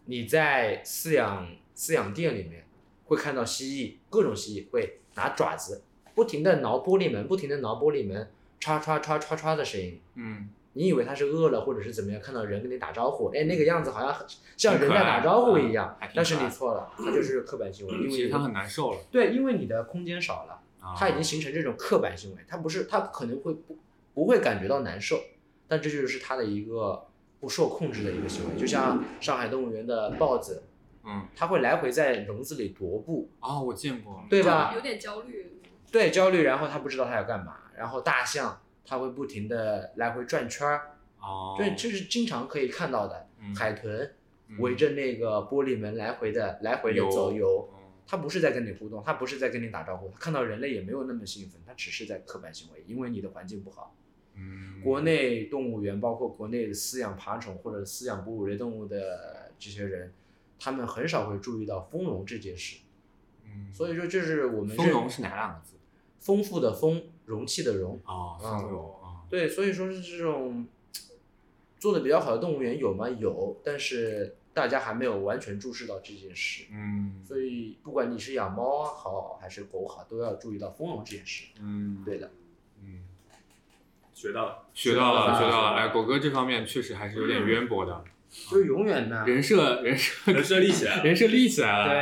Speaker 2: 你在饲养饲养店里面会看到蜥蜴，各种蜥蜴会拿爪子不停的挠玻璃门，不停的挠玻璃门，歘歘歘歘歘的声音。
Speaker 1: 嗯，
Speaker 2: 你以为它是饿了或者是怎么样，看到人跟你打招呼，哎，那个样子好像很像人在打招呼一样
Speaker 1: 很可爱嗯还，挺
Speaker 2: 但是
Speaker 1: 可
Speaker 2: 你
Speaker 1: 爱
Speaker 2: 错了，它就是刻板行为，因为
Speaker 1: 其实它很难受了，
Speaker 2: 对，因为你的空间少了，
Speaker 1: 啊
Speaker 2: 它已经形成这种刻板行为，它不是它可能会不不会感觉到难受，但这就是它的一个不受控制的一个行为，就像上海动物园的豹子，
Speaker 1: 嗯
Speaker 2: 它会来回在笼子里踱步，
Speaker 1: 啊，我见过，
Speaker 2: 对吧
Speaker 4: 有点焦虑。
Speaker 2: 对，焦虑，然后它不知道它要干嘛，然后大象它会不停的来回转圈儿，
Speaker 1: 哦，
Speaker 2: 对，这是经常可以看到的，
Speaker 1: 嗯
Speaker 2: 海豚
Speaker 1: 嗯
Speaker 2: 围着那个玻璃门来回的来回的
Speaker 1: 游
Speaker 2: 走游，
Speaker 1: 嗯
Speaker 2: 他不是在跟你互动，他不是在跟你打招呼，他看到人类也没有那么兴奋，他只是在刻板行为，因为你的环境不好。
Speaker 1: 嗯，
Speaker 2: 国内动物园，包括国内的饲养爬宠或者饲养哺乳类动物的这些人，他们很少会注意到丰容这件事。
Speaker 1: 嗯，
Speaker 2: 所以说，这是我们
Speaker 1: 丰
Speaker 2: 认
Speaker 1: 容是哪两个字？
Speaker 2: 丰富的丰，容器的容。
Speaker 1: 哦，
Speaker 2: 嗯
Speaker 1: 丰容啊，
Speaker 2: 对，所以说是这种做的比较好的动物园有吗？有，但是大家还没有完全注视到这件事。
Speaker 1: 嗯
Speaker 2: 所以不管你是养猫啊好还是狗好，都要注意到丰容这件事。
Speaker 1: 嗯，
Speaker 2: 对的，
Speaker 1: 嗯。
Speaker 5: 学到了，
Speaker 1: 学到
Speaker 2: 学到
Speaker 1: 了，
Speaker 2: 了
Speaker 1: 学到了。哎，果哥这方面确实还是有点渊博的，
Speaker 2: 就是永远呢，
Speaker 1: 人设人设
Speaker 5: 人设立起来了，
Speaker 1: 人设立起来了。
Speaker 3: 对，，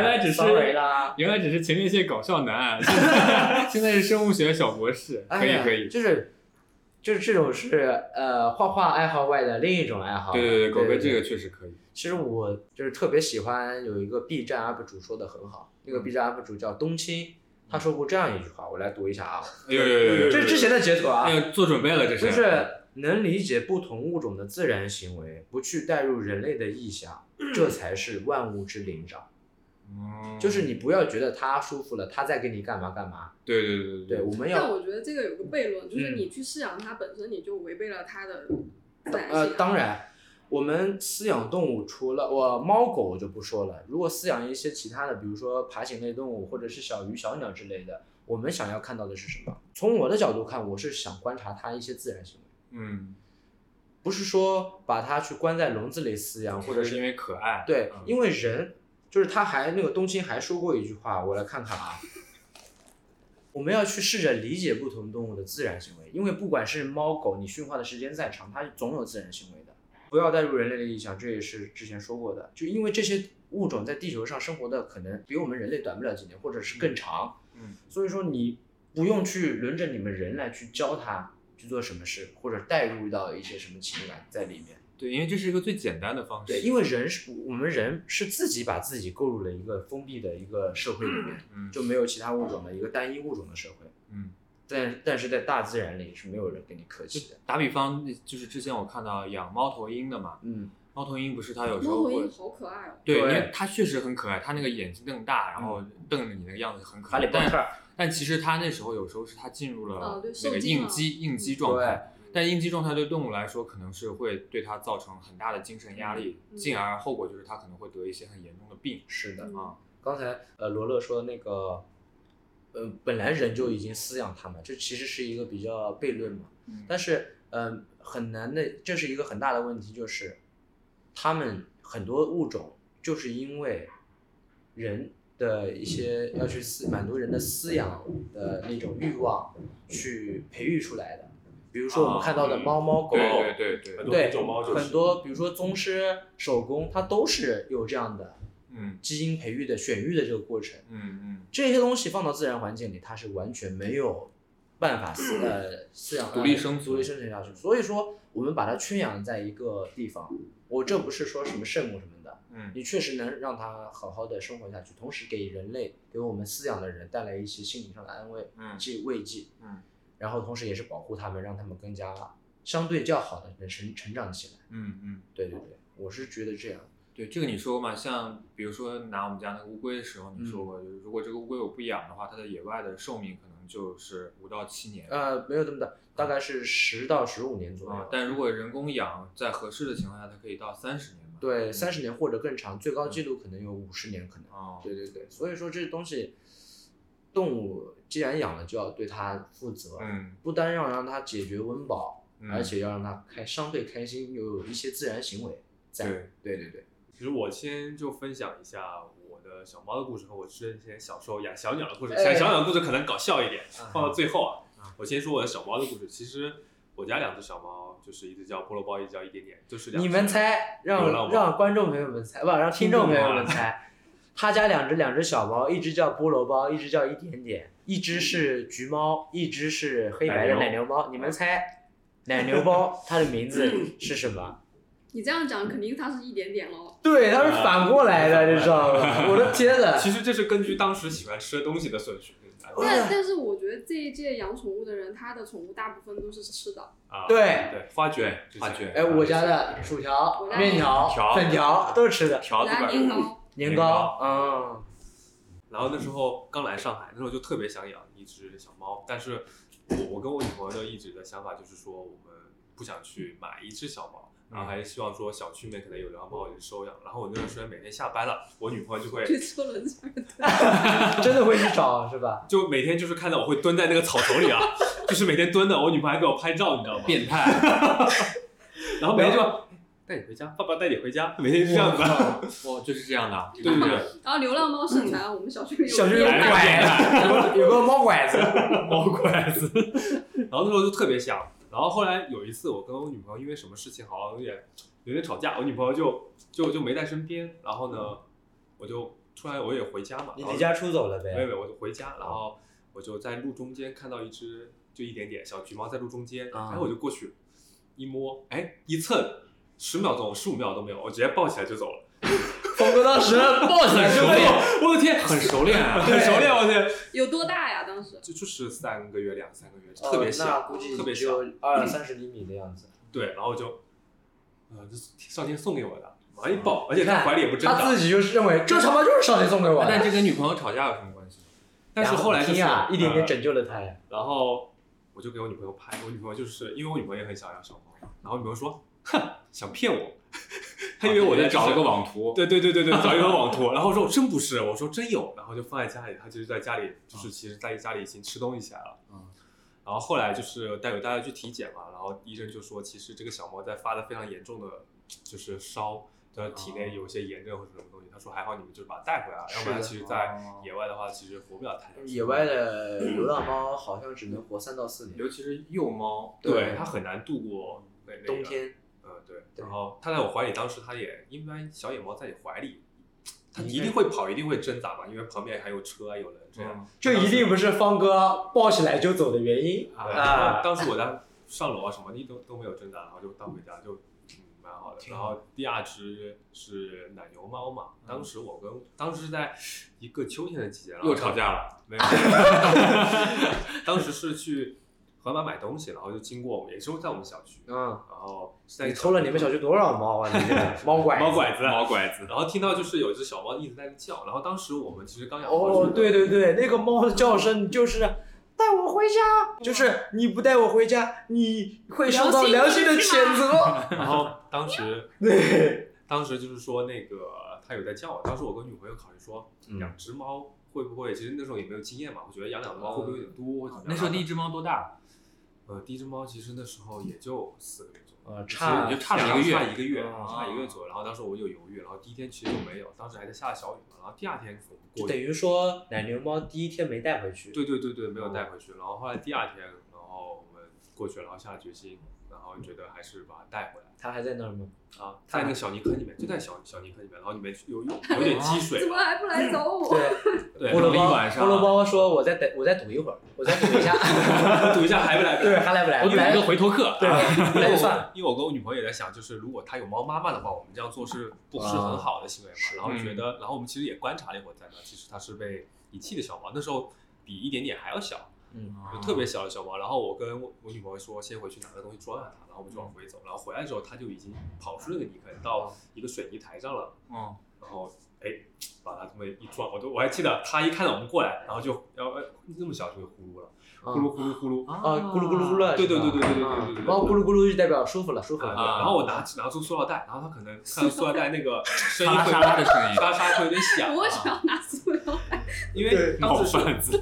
Speaker 1: 原来只是
Speaker 2: ，sorry 啦，
Speaker 1: 原来只是前列腺搞笑男，啊现 在现在是生物学小博士，可
Speaker 2: 哎
Speaker 1: 以
Speaker 2: 呀
Speaker 1: 可以。
Speaker 2: 就是就是这种是呃画画爱好外的另一种爱好。啊
Speaker 1: 对对对，
Speaker 2: 对，
Speaker 1: 狗哥这
Speaker 2: 对
Speaker 1: 个确实可以。
Speaker 2: 其实我就是特别喜欢有一个 B 站 UP 主说的很
Speaker 1: 嗯
Speaker 2: 好，那个 B 站 UP 主叫冬青，他说过这样一句话，我来读一下啊，
Speaker 1: 哎呦呦呦呦，
Speaker 2: 这是之前的截图啊
Speaker 1: 哎，呦做准备了，这。
Speaker 2: 就是是能理解不同物种的自然行为，不去带入人类的意象，这才是万物之灵长。
Speaker 1: 嗯
Speaker 2: 就是你不要觉得他舒服了，他在给你干嘛干嘛。
Speaker 1: 对对对
Speaker 2: 对，，我们
Speaker 4: 但
Speaker 2: 要
Speaker 4: 我觉得这个有个悖论，就是
Speaker 2: 嗯
Speaker 4: 你去饲养它本身，你就违背了它的自然性啊。
Speaker 2: 呃，当然，我们饲养动物除了我猫狗我就不说了，如果饲养一些其他的，比如说爬行类动物或者是小鱼小鸟之类的，我们想要看到的是什么？从我的角度看，我是想观察它一些自然行为，
Speaker 1: 嗯，
Speaker 2: 不是说把它去关在笼子里饲养，或者
Speaker 1: 是因
Speaker 2: 是
Speaker 1: 为可爱。
Speaker 2: 对，
Speaker 1: 嗯
Speaker 2: 因为人就是他还那个冬青还说过一句话，我来看看啊。我们要去试着理解不同动物的自然行为，因为不管是猫狗，你驯化的时间再长，它总有自然行为的。不要带入人类的意象，这也是之前说过的。就因为这些物种在地球上生活的可能比我们人类短不了几年，或者是更长，
Speaker 1: 嗯，
Speaker 2: 所以说你不用去轮着你们人来去教它去做什么事，或者带入到一些什么情感在里面。
Speaker 1: 对，因为这是一个最简单的方式。
Speaker 2: 对，因为人是我们人是自己把自己购入了一个封闭的一个社会里面，
Speaker 1: 嗯
Speaker 2: 就没有其他物种的一个单一物种的社会。
Speaker 1: 嗯，
Speaker 2: 但但是在大自然里是没有人跟你客
Speaker 1: 就
Speaker 2: 气的。
Speaker 1: 打比方，就是之前我看到养猫头鹰的嘛，
Speaker 2: 嗯，
Speaker 1: 猫头鹰不是它有时
Speaker 4: 猫
Speaker 1: 候
Speaker 4: 头
Speaker 1: 会
Speaker 4: 鹰，好可爱哦，
Speaker 1: 对，因
Speaker 2: 对嗯
Speaker 1: 为它确实很可爱，它那个眼睛瞪大，然后瞪着你那个样子很可
Speaker 2: 哈利
Speaker 1: 爱。
Speaker 2: 波
Speaker 1: 但
Speaker 2: 特，
Speaker 1: 但其实它那时候有时候是它进入
Speaker 4: 哦
Speaker 1: 了
Speaker 4: 对
Speaker 1: 那
Speaker 4: 受
Speaker 1: 个
Speaker 4: 惊
Speaker 1: 应
Speaker 4: 了嗯
Speaker 1: 激应激状态，
Speaker 2: 对，
Speaker 1: 但应激状态对动物来说，可能是会对它造成很大的精神压力，
Speaker 4: 嗯
Speaker 1: 进而后果就是它可能会得一些很严重的病。
Speaker 2: 是的。
Speaker 1: 啊
Speaker 2: 刚才呃罗乐说那个，呃本来人就已经饲养它们，这其实是一个比较悖论嘛。
Speaker 1: 嗯
Speaker 2: 但是嗯、呃很难的，这是一个很大的问题，就是它们很多物种就是因为人的一些要去饲满足人的饲养的那种欲望去培育出来的。比如说我们看到的
Speaker 5: 啊
Speaker 2: 猫猫狗狗，
Speaker 1: 对对对对，
Speaker 5: 很多
Speaker 2: 对
Speaker 5: 品种猫就是
Speaker 2: 很多比如说宗师、手工，它都是有这样的
Speaker 1: 嗯
Speaker 2: 基因培育的选育的这个过程。
Speaker 1: 嗯嗯，
Speaker 2: 这些东西放到自然环境里，它是完全没有办法饲呃饲养
Speaker 1: 嗯独立生存
Speaker 2: 独立生存下去。所以说，我们把它圈养在一个地方，我这不是说什么圣母什么的，
Speaker 1: 嗯
Speaker 2: 你确实能让它好好的生活下去，同时给人类给我们饲养的人带来一些心灵上的安慰，
Speaker 1: 嗯
Speaker 2: 即慰藉，
Speaker 1: 嗯，
Speaker 2: 然后同时也是保护它们，让它们更加相对较好的能成成长起来。
Speaker 1: 嗯嗯，
Speaker 2: 对对对，我是觉得这样，
Speaker 1: 对，这个你说过嘛？像比如说拿我们家那个乌龟的时候，你说
Speaker 2: 嗯
Speaker 1: 过，就是如果这个乌龟我不养的话，它的野外的寿命可能就是五到七年。
Speaker 2: 呃，没有这么大，大概是十到十五年左右
Speaker 1: 啊，。但如果人工养，在合适的情况下，它可以到三十年嘛。
Speaker 2: 对，
Speaker 1: 嗯
Speaker 2: 三十年或者更长，最高记录可能有五十年，可能。
Speaker 1: 哦，
Speaker 2: 对对对，所以说这东西，动物既然养了，就要对它负责，
Speaker 1: 嗯，
Speaker 2: 不单要让它解决温饱，
Speaker 1: 嗯
Speaker 2: 而且要让它开相对开心，又有一些自然行为在。
Speaker 1: 对
Speaker 2: 对对对，
Speaker 5: 其实我先就分享一下我的小猫的故事和我之前小时候养小鸟的故事。
Speaker 2: 哎
Speaker 5: 小小鸟的故事可能搞笑一点，放到最后啊
Speaker 2: 啊。
Speaker 5: 我先说我的小猫的故事。其实我家两只小猫，就是一只叫菠萝包，一只叫一点点，就是两只
Speaker 2: 你们猜，让
Speaker 5: 流浪猫
Speaker 2: 让观众朋友们猜，不，让听众朋友们猜。他家两只两只小猫，一只叫菠萝包，一只叫一点点，一只是橘猫，一只是黑白的奶
Speaker 5: 奶
Speaker 2: 牛猫。你们猜，奶牛包它的名字是什么？
Speaker 4: 你这样讲肯定它是一点点喽。
Speaker 2: 对，它是反过来的，你知道 吗？我的天呐！
Speaker 5: 其实这是根据当时喜欢吃的东西的顺序
Speaker 2: 呃
Speaker 4: 但但是我觉得这一届养宠物的人，他的宠物大部分都是吃的，
Speaker 5: 啊。
Speaker 2: 对
Speaker 5: 对，花卷，
Speaker 1: 花卷
Speaker 2: 哎，我家的薯条
Speaker 4: 我、家
Speaker 2: 面条、
Speaker 1: 条
Speaker 2: 粉条都是吃的，
Speaker 1: 条子
Speaker 4: 来
Speaker 1: 吧。
Speaker 4: 年 糕，
Speaker 2: 年
Speaker 5: 年
Speaker 2: 糕
Speaker 5: 糕，
Speaker 2: 嗯，
Speaker 5: 然后那时候刚来上海，那时候就特别想养一只小猫，但是我我跟我女朋友就一直的想法就是说，我们不想去买一只小猫，然后还希望说小区里面可能有流浪猫，有人收养。然后我那段时间每天下班了，我女朋友就会
Speaker 4: 去车轮圈儿，
Speaker 2: 真的会去找是吧？
Speaker 5: 就每天就是看到我会蹲在那个草丛里啊， 就是每天蹲的，我女朋友还给我拍照，你知道吗？
Speaker 1: 变态，
Speaker 5: 然后每天就哎带你回家，爸爸带你回家，每天就这样子，
Speaker 1: 我就是这样的。
Speaker 5: 对对对，
Speaker 4: 然后流浪猫身材，我们小区有
Speaker 2: 小区有
Speaker 4: 变态
Speaker 2: 拐子，有个猫拐子，
Speaker 5: 猫拐子。 然后那时候就特别想，然后后来有一次我跟我女朋友因为什么事情好像有点有点吵架，我女朋友就就就没在身边，然后呢，我就突然我也回家嘛，
Speaker 2: 嗯你
Speaker 5: 然后
Speaker 2: 离家出哦走了
Speaker 5: 没有
Speaker 2: 呗？
Speaker 5: 没有，我就回家，然后我就在路中间看到一只就一点点小橘猫在路中间，
Speaker 2: 啊
Speaker 5: 然后我就过去一摸，哎一蹭，十秒钟十五秒都没有，我直接抱起来就走了，
Speaker 2: 峰哥当时抱起来就
Speaker 5: 哎
Speaker 2: 走，
Speaker 5: 呦我的天，
Speaker 1: 很熟练啊。
Speaker 5: 很熟练，我天，
Speaker 4: 有多大呀？当时
Speaker 5: 就就是三个月两三个月，特别小，
Speaker 2: 哦那估计
Speaker 5: 特别
Speaker 2: 只
Speaker 5: 小。
Speaker 2: 有二三十厘米的样子。
Speaker 5: 对，然后我就，呃，这是上天送给我的，马上一抱，而且他怀里也不挣
Speaker 2: 他
Speaker 5: 扎。
Speaker 2: 啊自己就是认为这他妈就是上帝送给我
Speaker 1: 但
Speaker 2: 的。
Speaker 1: 这跟女朋友吵架有什么关系？
Speaker 5: 但是后来就是
Speaker 2: 听啊，一点点
Speaker 5: 整，
Speaker 2: 拯救了他呀。
Speaker 5: 然后我就给我女朋友拍，我女朋友就是因为我女朋友也很想要小猫，然后我女朋友说，哼，想骗我， 她以为我在
Speaker 2: 哦
Speaker 1: 找了个
Speaker 5: 网，
Speaker 1: 网图，
Speaker 5: 对对对对对， 找一个网图，然后我说真不是，我说真有，然后就放在家里，她就是在家里，就是其实在家里已经吃东西起来了。
Speaker 1: 嗯
Speaker 5: 然后后来就是带有大家去体检嘛，然后医生就说，其实这个小猫在发的非常严重的就是烧，它体内有一些炎症或者什么东西。他说还好你们就是把它带回来了，要不然
Speaker 2: 是的
Speaker 5: 其实在
Speaker 1: 哦
Speaker 5: 野外的话，其实活不了太久。
Speaker 2: 野外的流浪猫好像只能活三到四年，
Speaker 1: 尤其是幼猫，
Speaker 2: 对
Speaker 5: 对它很难度过那那个
Speaker 2: 冬。天
Speaker 5: 嗯，对。
Speaker 2: 对
Speaker 5: 然后它在我怀里，当时它也一般小野猫在你怀里，它
Speaker 2: 应
Speaker 5: 一
Speaker 2: 该
Speaker 5: 定会跑，一定会挣扎嘛，因为旁边还有车啊有人这样。
Speaker 2: 这一定不是方哥抱起来就走的原因
Speaker 5: 啊
Speaker 2: 啊
Speaker 5: 啊，然后当时我在上楼啊什么的都都没有挣扎，然后就带回家就嗯蛮好的。
Speaker 3: 挺
Speaker 5: 然
Speaker 3: 好
Speaker 5: 后第二只是奶牛猫嘛，
Speaker 2: 嗯
Speaker 5: 当时我跟当时是在一个秋天的季节，然后
Speaker 1: 又吵架了，
Speaker 5: 没有， 当时是去河马买东西，然后就经过我们，也是在我们小区，
Speaker 2: 嗯，
Speaker 5: 然后是在
Speaker 2: 你偷了你们小区多少猫 啊？你这个猫拐子
Speaker 5: 猫拐子，
Speaker 1: 猫拐子，
Speaker 5: 然后听到就是有一只小猫一直在那叫，然后当时我们其实刚养
Speaker 2: 哦，
Speaker 5: 回去
Speaker 2: 对对对，那个猫的叫声就是带我回家，就是你不带我回家，你会受到良
Speaker 4: 良
Speaker 2: 心
Speaker 4: 心
Speaker 2: 的
Speaker 4: 的
Speaker 2: 谴
Speaker 4: 谴
Speaker 2: 责。
Speaker 5: 然后当时
Speaker 2: 对，
Speaker 5: 当时就是说那个它有在叫我，当时我跟女朋友考虑说
Speaker 1: 嗯
Speaker 5: 养只猫会不会，其实那时候也没有经验嘛，我觉得养两只猫会不会有
Speaker 1: 哦
Speaker 5: 点多？或者怎么样
Speaker 1: 那时候第一只猫多大？
Speaker 5: 呃第一只猫其实那时候也就四个月左右。
Speaker 2: 呃，
Speaker 5: 差
Speaker 2: 差
Speaker 1: 也就哦差了一个月
Speaker 5: 差一个月，
Speaker 2: 哦
Speaker 5: 差一个月左右。然后当时我就犹豫，然后第一天其实就没有，当时还在下小雨嘛。然后第二天我们
Speaker 2: 就
Speaker 5: 过
Speaker 2: 等
Speaker 5: 去，
Speaker 2: 于说奶牛猫第一天没带回去。
Speaker 5: 对对对对，没有
Speaker 2: 嗯
Speaker 5: 带回去。然后后来第二天，然后我们过去，然后下了决心，然后觉得还是把它带回来
Speaker 2: 它还在那儿吗？
Speaker 5: 啊，在那个小泥坑里面，就在小小泥坑里面，然后里面有有有点积水
Speaker 4: 怎，么还不来找我？
Speaker 2: 对，
Speaker 5: 对，
Speaker 2: 菠萝
Speaker 1: 等了一
Speaker 2: 包，
Speaker 1: 晚上
Speaker 2: 菠萝包说：“我再等，我再赌一会儿，我再赌一下，
Speaker 5: 赌一下还不来。
Speaker 2: 对，还来不来？
Speaker 1: 我有
Speaker 2: 来
Speaker 1: 一个回头客，
Speaker 2: 对，
Speaker 5: 啊因
Speaker 2: 那
Speaker 5: 为
Speaker 2: 就
Speaker 5: 我
Speaker 2: 算了。
Speaker 5: 因为我跟我女朋友也在想，就是如果她有猫妈妈的话，我们这样做是不是
Speaker 2: 啊
Speaker 5: 很好的行为嘛？然后
Speaker 2: 嗯
Speaker 5: 觉得，然后我们其实也观察了一会儿，在那其实它是被遗弃的小猫，那时候比一点点还要小，
Speaker 2: 嗯，
Speaker 1: 啊
Speaker 5: 就特别小的小猫。然后我跟我我女朋友说，先回去拿个东西装上它，然后我们就
Speaker 1: 嗯
Speaker 5: 往回走。然后回来的时候，它就已经跑出那个泥坑，到一个水泥台上了。
Speaker 1: 嗯，
Speaker 5: 然后哎，把它这么一撞，我都我还记得，它一看到我们过来，然后就要呃那么小就会呼噜了，
Speaker 1: 嗯
Speaker 5: 呼噜呼噜呼噜。
Speaker 2: 啊，咕噜咕噜咕噜了。
Speaker 5: 对对对对对对
Speaker 2: 啊
Speaker 5: 对
Speaker 1: 嗯
Speaker 5: 对。
Speaker 2: 猫咕噜咕噜就代表舒服了，舒服
Speaker 5: 啊，
Speaker 2: 了。
Speaker 5: 对然后我拿拿出塑料袋，然后他可能看到塑料袋那个声音
Speaker 1: 沙拉沙
Speaker 5: 会
Speaker 1: 拉的声音，
Speaker 5: 沙沙会有点 响，
Speaker 4: 我想要拿塑料袋，
Speaker 5: 因为当时是
Speaker 1: 子，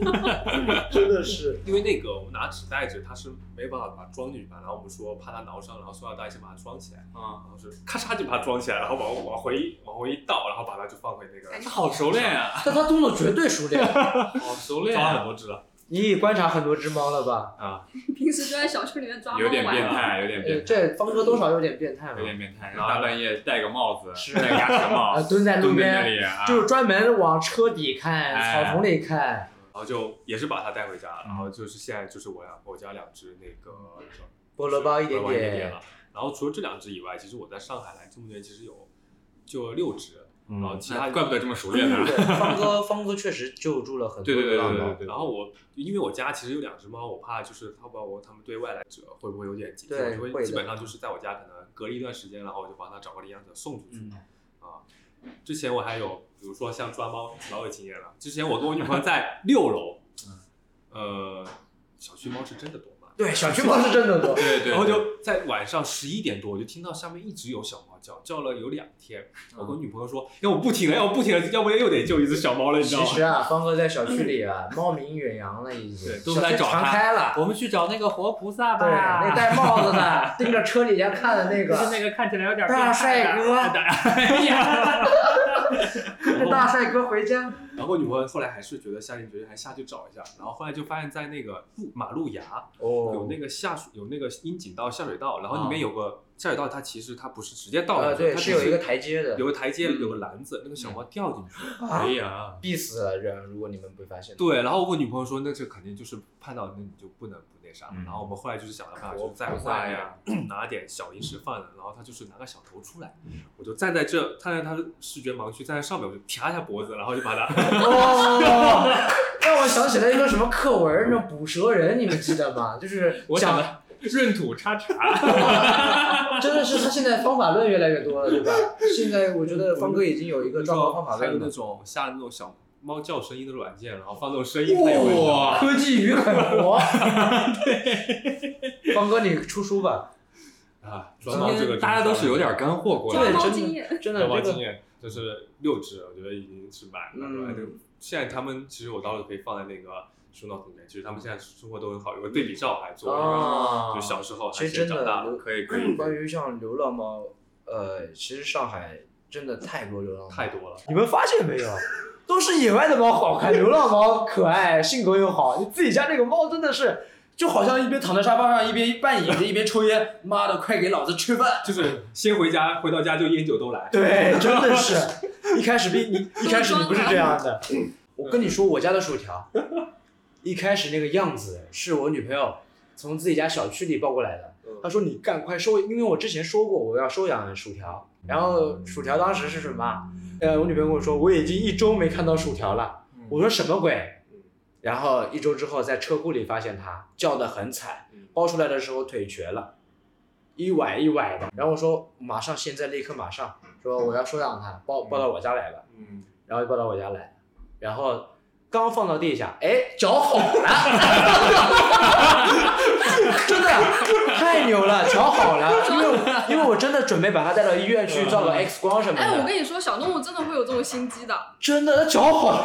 Speaker 2: 真的是，
Speaker 5: 因为那个我们拿纸袋子，它是没办法把它装进去嘛，然后我们说怕它挠伤，然后塑料袋先把它装起来，
Speaker 1: 嗯，
Speaker 5: 然后是咔嚓就把它装起来，然后往往回一往回一倒，然后把它就放回那个
Speaker 4: 哎，
Speaker 1: 好熟练啊，
Speaker 2: 但它动作绝对熟练。
Speaker 1: 好熟练
Speaker 5: 抓
Speaker 1: 啊，
Speaker 5: 了很多只了
Speaker 2: 你也观察很多只猫了吧？
Speaker 5: 啊，
Speaker 4: 平时就在小区里面抓猫
Speaker 1: 有点变
Speaker 4: 玩。
Speaker 1: 态，有点
Speaker 2: 呃
Speaker 1: 变，态，
Speaker 2: 这方哥多少有点变态嘛
Speaker 1: 有。点变态，
Speaker 5: 然后
Speaker 1: 大半夜戴个帽子，
Speaker 2: 是
Speaker 1: 戴个鸭舌
Speaker 2: 啊，
Speaker 1: 帽，
Speaker 2: 蹲在路
Speaker 1: 蹲在那
Speaker 2: 边，
Speaker 1: 里啊，
Speaker 2: 就是专门往车底看，
Speaker 1: 哎
Speaker 2: 草丛里看。
Speaker 5: 然后就也是把它带回家，然后
Speaker 1: 嗯
Speaker 5: 就是现在就是我养我家两只那个叫
Speaker 2: 菠萝包一点
Speaker 5: 我也
Speaker 2: 点
Speaker 5: 了。。然后除了这两只以外，其实我在上海来这么多年，其实有就六只，然后其他
Speaker 1: 嗯怪不得这么熟练呢。
Speaker 2: 对，方哥，方哥确实救助了很多
Speaker 1: 对对对
Speaker 2: 流浪
Speaker 1: 对
Speaker 2: 猫
Speaker 1: 对。对，
Speaker 5: 然后我因为我家其实有两只猫，我怕就是它把我它们对外来者会不会有点警
Speaker 2: 对
Speaker 5: 惕，我就
Speaker 2: 会
Speaker 5: 会
Speaker 2: 的
Speaker 5: 基本上就是在我家可能隔离一段时间，然后我就把它找个领养者送出去、
Speaker 2: 嗯
Speaker 5: 啊。之前我还有比如说像抓猫老有经验了，之前我跟我女朋友在六楼，
Speaker 2: 嗯
Speaker 5: 呃，小区猫是真的多嘛，
Speaker 2: 对，小区猫是真的 多。
Speaker 1: 对对对，
Speaker 5: 然后就在晚上十一点多，我就听到下面一直有小猫叫，叫了有两天。
Speaker 2: 嗯
Speaker 5: 我跟女朋友说，哎要我不停了，要我不停了，要不然又得救一只小猫了，你知道
Speaker 2: 其
Speaker 5: 吗？
Speaker 2: 实啊，方哥在小区里啊， 猫鸣远扬了已经，
Speaker 1: 对都
Speaker 2: 小
Speaker 1: 在
Speaker 2: 区
Speaker 1: 找
Speaker 2: 传
Speaker 1: 他
Speaker 2: 开了。
Speaker 1: 我们去找那个活菩萨
Speaker 2: 对，那戴帽子的， 盯着车底下看的那个
Speaker 3: 那个看起来有点
Speaker 2: 大 帅哥， 跟着大帅哥回家。
Speaker 5: 然后女朋友后来还是觉得下定决心，还下去找一下。然后后来就发现，在那个路马路牙有
Speaker 2: 哦，
Speaker 5: 那个下水，有那个窨井道、下水道，然后里面有个下水道，它其实它不是直接倒
Speaker 2: 呃，
Speaker 5: 进
Speaker 2: 对，
Speaker 5: 去，它
Speaker 2: 是
Speaker 5: 只
Speaker 2: 有一个台阶的
Speaker 5: 有，个台阶，有
Speaker 1: 嗯
Speaker 5: 个篮子，那个小猫掉进去。
Speaker 2: 啊
Speaker 1: 哎呀，
Speaker 2: 必死了人，如果你们不发现。，
Speaker 5: 对，然后我女朋友说，那这肯定就是判到，那你就不能不那啥。
Speaker 1: 嗯
Speaker 5: 然后我们后来就是想了办法，
Speaker 1: 我
Speaker 5: 就是在
Speaker 1: 不
Speaker 5: 外
Speaker 1: 在
Speaker 5: 面 拿点小零食放着，然后他就是拿个小头出来，
Speaker 1: 嗯
Speaker 5: 我就站在这，站在他的视觉盲区，站在上面，我就掐一下脖子，然后就把 他
Speaker 2: 哦， 让我想起来一个什么课文，那捕蛇人，你们记得吗？就是
Speaker 1: 我想
Speaker 2: 讲，
Speaker 1: 的闰土叉 叉，
Speaker 2: 真的是他现在方法论越来越多了，对吧？现在我觉得方哥已经有一个抓猫方法
Speaker 5: 还有
Speaker 2: 论
Speaker 5: 那
Speaker 2: 了。
Speaker 5: 种下那种小猫叫声音的软件，然后放那种声音配文章。
Speaker 2: 科技与狠活， 对，方哥你出书吧，
Speaker 5: 啊，
Speaker 1: 今
Speaker 5: 抓猫这个
Speaker 1: 天大家都是有点干货过
Speaker 2: 对
Speaker 1: 来的。
Speaker 4: 抓猫
Speaker 2: 真的
Speaker 4: 经验，
Speaker 2: 真的
Speaker 5: 抓猫
Speaker 2: 这
Speaker 5: 经
Speaker 2: 个
Speaker 5: 验，就是六只，我觉得已经是满了。
Speaker 2: 嗯
Speaker 5: 对吧现在他们其实我到时候可以放在那个 show notes 里面，其实他们现在生活都很好，有个对比照还做了一个。
Speaker 2: 啊
Speaker 5: 就小时候
Speaker 2: 其
Speaker 5: 还
Speaker 2: 实真
Speaker 5: 是
Speaker 2: 的
Speaker 5: 长大了，
Speaker 1: 可以可以，
Speaker 2: 关于像流浪猫，呃，其实上海真的太多流浪猫，
Speaker 5: 太多了。
Speaker 2: 你们发现没有？都是野外的猫好看，流浪猫可爱，性格又好。你自己家那个猫真的是，就好像一边躺在沙发上，一边半倚着，一边抽烟。妈的，快给老子吃饭！
Speaker 5: 就是先回家，回到家就烟酒都来。
Speaker 2: 对， 真的是，一开始比你一开始你不是这样的。
Speaker 5: 啊
Speaker 2: 我跟你说，我家的薯哎条，一开始那个样子是我女朋友从自己家小区里抱过来的，
Speaker 5: 嗯
Speaker 2: 他说你赶快收，因为我之前说过我要收养薯条，然后薯条当时是什么啊？呃，我女朋友跟我说我已经一周没看到薯条了，
Speaker 5: 嗯
Speaker 2: 我说什么鬼？然后一周之后在车库里发现它，叫得很惨
Speaker 5: 嗯，
Speaker 2: 抱出来的时候腿瘸了，一崴一崴的。然后我说马上现在立刻马上，说我要收养它，抱抱到我家来吧，
Speaker 5: 嗯，
Speaker 2: 然后就抱到我家来，然后刚放到地下，哎，脚好了。 真的太牛了，瞧好了，因为我因为我真的准备把它带到医院去照个 X 光什么
Speaker 4: 哎，我
Speaker 2: 的，
Speaker 4: 跟你说，小动物真的会有这种心机的。
Speaker 2: 真的它瞧好了，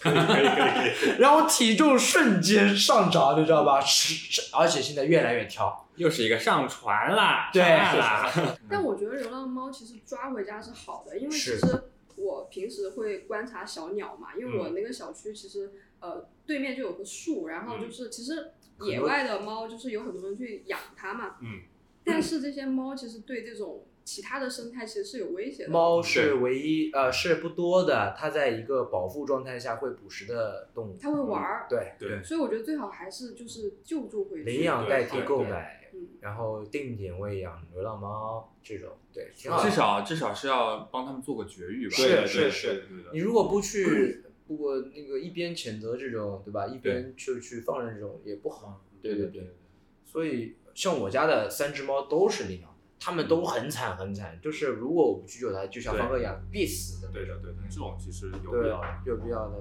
Speaker 5: 可以嗯可以可以可以，
Speaker 2: 然后体重瞬间上涨，你知道吧？是是，而且现在越来越挑，
Speaker 1: 又是一个上船啦，
Speaker 2: 对
Speaker 1: 上岸啦，
Speaker 4: 但我觉得流浪猫其实抓回家是好的，因为其
Speaker 2: 嗯是
Speaker 4: 实我平时会观察小鸟嘛，因为
Speaker 2: 嗯
Speaker 4: 我那个小区其实呃对面就有个树，然
Speaker 2: 嗯
Speaker 4: 后就是其实野外的猫就是有很多人去养它嘛，
Speaker 5: 嗯，
Speaker 4: 但是这些猫其实对这种其他的生态其实是有威胁的。
Speaker 2: 猫是唯一呃是不多的，它在一个保护状态下会捕食的动物，
Speaker 4: 它会玩儿，
Speaker 2: 嗯对，
Speaker 5: 对，
Speaker 4: 所以我觉得最好还是就是救助回去。
Speaker 2: 领养代替购买，
Speaker 4: 嗯，
Speaker 2: 然后定点喂养流浪猫这种，对，挺好
Speaker 1: 至
Speaker 2: 的。
Speaker 1: 少至少是要帮他们做个绝育吧。
Speaker 2: 是
Speaker 5: 对
Speaker 2: 是
Speaker 5: 对
Speaker 2: 是
Speaker 5: 对对对
Speaker 2: 你
Speaker 5: 对
Speaker 2: 如果不 去，不过那个一边谴责这种，对吧？一边就去放任这种也不好。
Speaker 1: 嗯
Speaker 2: 对对对。所以像我家的三只猫都是领养的，它们都很惨很惨，就是如果我不去救它，就像
Speaker 5: 对
Speaker 2: 方哥一样必死的。
Speaker 5: 对的对的，这种其实有必
Speaker 2: 对
Speaker 5: 要的。，
Speaker 2: 有必要的。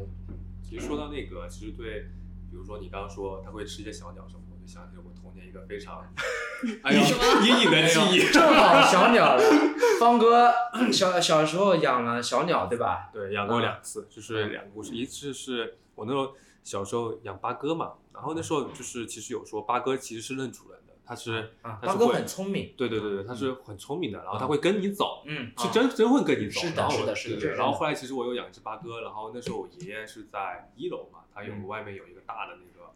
Speaker 5: 其实说到那个，其实对，比如说你刚刚说他会吃一些小鸟什么，我就想起了我童年一个非 常
Speaker 1: 哎呦，隐隐的记忆。
Speaker 2: 正好小鸟了，方哥小小时候养了小鸟，对吧？
Speaker 5: 对养过两次，就是两个故事，啊嗯一次是我那时候小时候养八哥嘛，然后那时候就是其实有说八哥其实是认主人的，它是
Speaker 2: 啊，
Speaker 5: 它
Speaker 2: 方
Speaker 5: 是
Speaker 2: 哥
Speaker 5: 会
Speaker 2: 很聪明。
Speaker 5: 对对对对，它是很聪明的，然后它会跟你走，
Speaker 2: 嗯，
Speaker 5: 是真真会跟你走。
Speaker 2: 是的
Speaker 5: 然后
Speaker 2: 是的
Speaker 5: 我
Speaker 2: 是的
Speaker 5: 对
Speaker 2: 这是
Speaker 5: 然后
Speaker 2: 真的
Speaker 5: 后来其实我有养一只八哥，然后那时候我爷爷是在一楼嘛，他有个外面有一个大的那个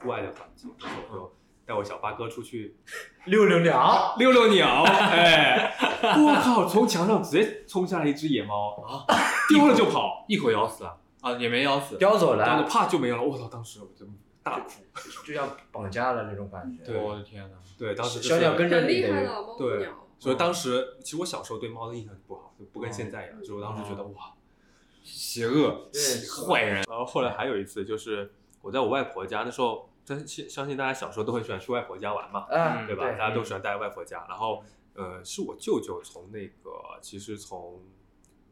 Speaker 5: 户外的环境，然后我就带我小八哥出去
Speaker 2: 六六鸟，
Speaker 5: 遛遛鸟。 哎，我靠！从墙上直接冲下来一只野猫 啊，丢了就跑，
Speaker 1: 一口咬死了啊，也没咬死。
Speaker 2: 叼走
Speaker 5: 然后
Speaker 2: 了，
Speaker 5: 啪就没有了。我操！当时我就大哭。
Speaker 2: 就像绑架了那种感觉。
Speaker 5: 对
Speaker 1: 我的天哪！
Speaker 5: 对，当时就是
Speaker 2: 小鸟跟着
Speaker 4: 很
Speaker 2: 你
Speaker 4: 厉
Speaker 2: 的
Speaker 4: 害
Speaker 2: 人。
Speaker 4: 的猫
Speaker 5: 对
Speaker 4: 鸟。
Speaker 5: 所以当时其实我小时候对猫的印象就不好，就不跟现在一样。就是我当时觉
Speaker 2: 哦
Speaker 5: 得哇，
Speaker 1: 邪恶，
Speaker 2: 对
Speaker 1: 坏人。
Speaker 5: 然后后来还有一次，就是我在我外婆家，那时候真信相信大家小时候都很喜欢去外婆家玩嘛，
Speaker 2: 啊，
Speaker 5: 嗯对吧？
Speaker 2: 对
Speaker 5: 大家都喜欢待在外婆家。然后，呃，是我舅舅从那个其实从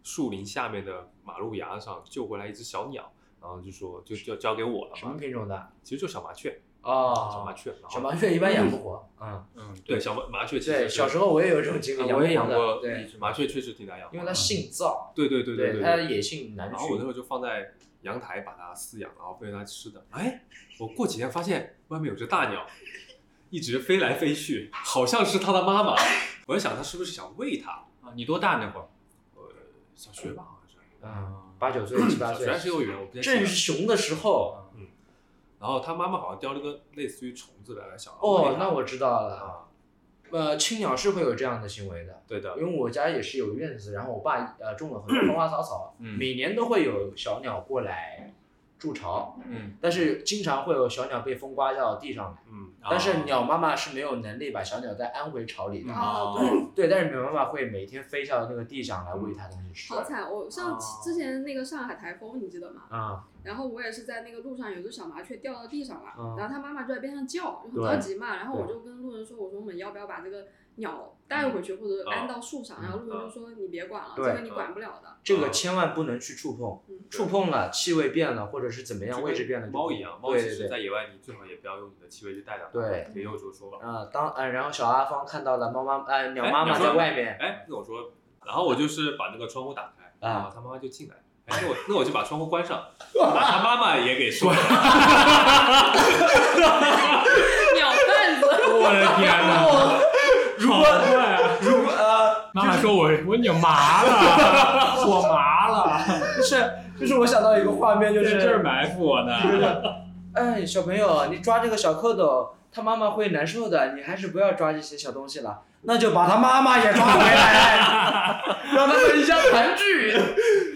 Speaker 5: 树林下面的马路牙子上救回来一只小鸟，然后就说就就交给我了
Speaker 2: 什么
Speaker 5: 嘛。
Speaker 2: 品种的？
Speaker 5: 其实就小麻雀，小麻
Speaker 2: 哦，
Speaker 5: 雀，然
Speaker 2: 小
Speaker 5: 后
Speaker 2: 麻雀一般养不活。嗯，
Speaker 1: 嗯，
Speaker 5: 对小麻麻雀其实
Speaker 2: 对，
Speaker 5: 是
Speaker 2: 小时候我也有这种经历，
Speaker 5: 啊我也养
Speaker 2: 不活的
Speaker 5: 过一
Speaker 2: 对，
Speaker 5: 只麻雀，确实挺难养活的，
Speaker 2: 因为它性躁，
Speaker 5: 对对对对，
Speaker 2: 它野性难
Speaker 5: 然后我那时
Speaker 2: 驱。
Speaker 5: 候就放在阳台把它饲养，然后喂它吃的。哎，我过几天发现外面有只大鸟，一直飞来飞去，好像是它的妈妈。我在想它是不是想喂它？
Speaker 1: 啊，你多大那会儿？
Speaker 5: 呃，小学吧，好像是。
Speaker 2: 嗯，八九岁、七八
Speaker 5: 小学
Speaker 2: 岁
Speaker 5: 还，是幼儿园，我不太记得
Speaker 2: 正是熊的时候。
Speaker 5: 然后它妈妈好像叼了个类似于虫子的小
Speaker 2: 哦，那
Speaker 5: 我
Speaker 2: 我知道了。
Speaker 5: 啊，
Speaker 2: 呃，青鸟是会有这样的行为的，
Speaker 5: 对的，
Speaker 2: 因为我家也是有院子，然后我爸呃种了很 多花花草草，
Speaker 1: 嗯
Speaker 2: 每年都会有小鸟过来筑巢，
Speaker 1: 嗯，
Speaker 2: 但是经常会有小鸟被风刮到地上来。
Speaker 5: 嗯，
Speaker 2: 但是鸟妈妈是没有能力把小鸟再安回巢里
Speaker 5: 嗯
Speaker 2: 的，
Speaker 4: 啊，
Speaker 1: 哦
Speaker 4: 对，
Speaker 2: 对，但是鸟妈妈会每天飞到那个地上来喂它东西吃。
Speaker 4: 好惨！我上
Speaker 2: 哦
Speaker 4: 之前那个上海台风，你记得吗？
Speaker 2: 啊，
Speaker 4: 然后我也是在那个路上，有只小麻雀掉到地上了，
Speaker 2: 嗯
Speaker 4: 然后它妈妈就在边上叫，就很
Speaker 2: 对
Speaker 4: 着急嘛。然后我
Speaker 2: 对
Speaker 4: 就跟路人说：“我说我们要不要把这个鸟带回去，或者安到树上？”
Speaker 2: 嗯
Speaker 4: 然后路人就说：“你别管了，这
Speaker 2: 对
Speaker 4: 个你管不了的。
Speaker 2: 这个千万不能去触碰
Speaker 4: 嗯，
Speaker 2: 触碰了气味变了，或者是怎么
Speaker 5: 就
Speaker 2: 样，
Speaker 5: 跟
Speaker 2: 位置变了就不。
Speaker 5: 猫一样，猫
Speaker 2: 对
Speaker 5: 其
Speaker 2: 对
Speaker 5: 实
Speaker 2: 对
Speaker 5: 在野外你最好也不要用你的气味去带它。
Speaker 2: 对
Speaker 5: 也有这个说法。
Speaker 2: 啊，当啊，然后小阿芳看到了猫妈呃鸟
Speaker 5: 哎
Speaker 2: 妈妈
Speaker 5: 鸟妈
Speaker 2: 在
Speaker 5: 妈
Speaker 2: 外面
Speaker 5: 哎，那我说，然后我就是把那个窗户打开，
Speaker 2: 啊
Speaker 5: 然后他妈妈就进来，哎，那我那我就把窗户关上，把他妈妈也给收了。
Speaker 4: 鸟贩子，
Speaker 1: 我的天哪！ 如果
Speaker 2: 如果呃，
Speaker 1: 妈妈说我我扭麻 了，我麻了，
Speaker 2: 就是就是我想到一个画面，就是
Speaker 1: 在这儿埋伏我呢。
Speaker 2: 哎，小朋友，你抓这个小蝌蚪，他妈妈会难受的，你还是不要抓这些小东西了。那就把他妈妈 也抓回来，让他们一家团聚。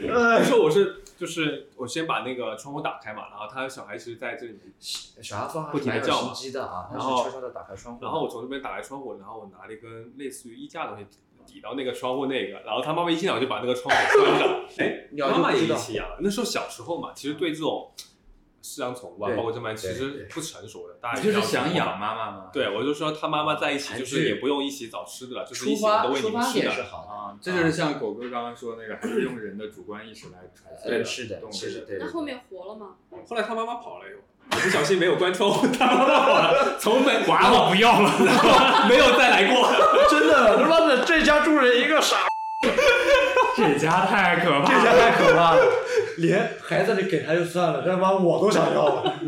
Speaker 5: 那时候我是就是我先把那个窗户打开嘛，然后他小孩其实在这里面，
Speaker 2: 嗯小孩方还
Speaker 5: 不
Speaker 2: 是
Speaker 5: 停地
Speaker 2: 蛮有
Speaker 5: 叫嘛
Speaker 2: 心机的啊，他
Speaker 5: 然
Speaker 2: 是
Speaker 5: 后
Speaker 2: 悄悄的打开窗户，
Speaker 5: 然后我从这边打开窗户，然后我拿了一根类似于衣架的东西抵到那个窗户那个，然后他妈妈一进来我就把那个窗户关上，哎，
Speaker 2: 鸟
Speaker 5: 妈
Speaker 2: 就
Speaker 5: 妈也
Speaker 2: 知
Speaker 5: 一
Speaker 2: 道，
Speaker 5: 起养，那时候小时候嘛，其实对这种饲养宠物啊，
Speaker 2: 对
Speaker 5: 包括这玩意其
Speaker 2: 对对
Speaker 5: 实不成熟的，大家
Speaker 1: 你就是
Speaker 5: 也知道
Speaker 1: 想养妈妈吗？
Speaker 5: 对，我就说他妈妈在一起，
Speaker 2: 韩
Speaker 5: 就是也
Speaker 2: 剧
Speaker 5: 不用一起找吃的了，就是一
Speaker 2: 出
Speaker 5: 起我
Speaker 2: 发
Speaker 5: 都喂你
Speaker 2: 出
Speaker 5: 们
Speaker 2: 发
Speaker 5: 吃
Speaker 2: 点是
Speaker 5: 的。
Speaker 2: 好的，
Speaker 1: 啊，这就是像狗哥刚刚说那个，还是用人的主观意识来揣测。
Speaker 2: 对，啊是的，
Speaker 1: 动物
Speaker 2: 其实对。
Speaker 4: 那 后面活了吗？
Speaker 5: 后来他妈妈跑了又，我不小心没有关窗户，他妈妈跑了，从门哇哦我不要了，然 后没有再来过。
Speaker 3: 真的，他妈的，这家住着一个傻，
Speaker 1: 这家太可
Speaker 3: 这
Speaker 1: 怕了。
Speaker 3: 家太可怕了，
Speaker 2: 连
Speaker 3: 孩子你给他就算了，他妈我都想要了，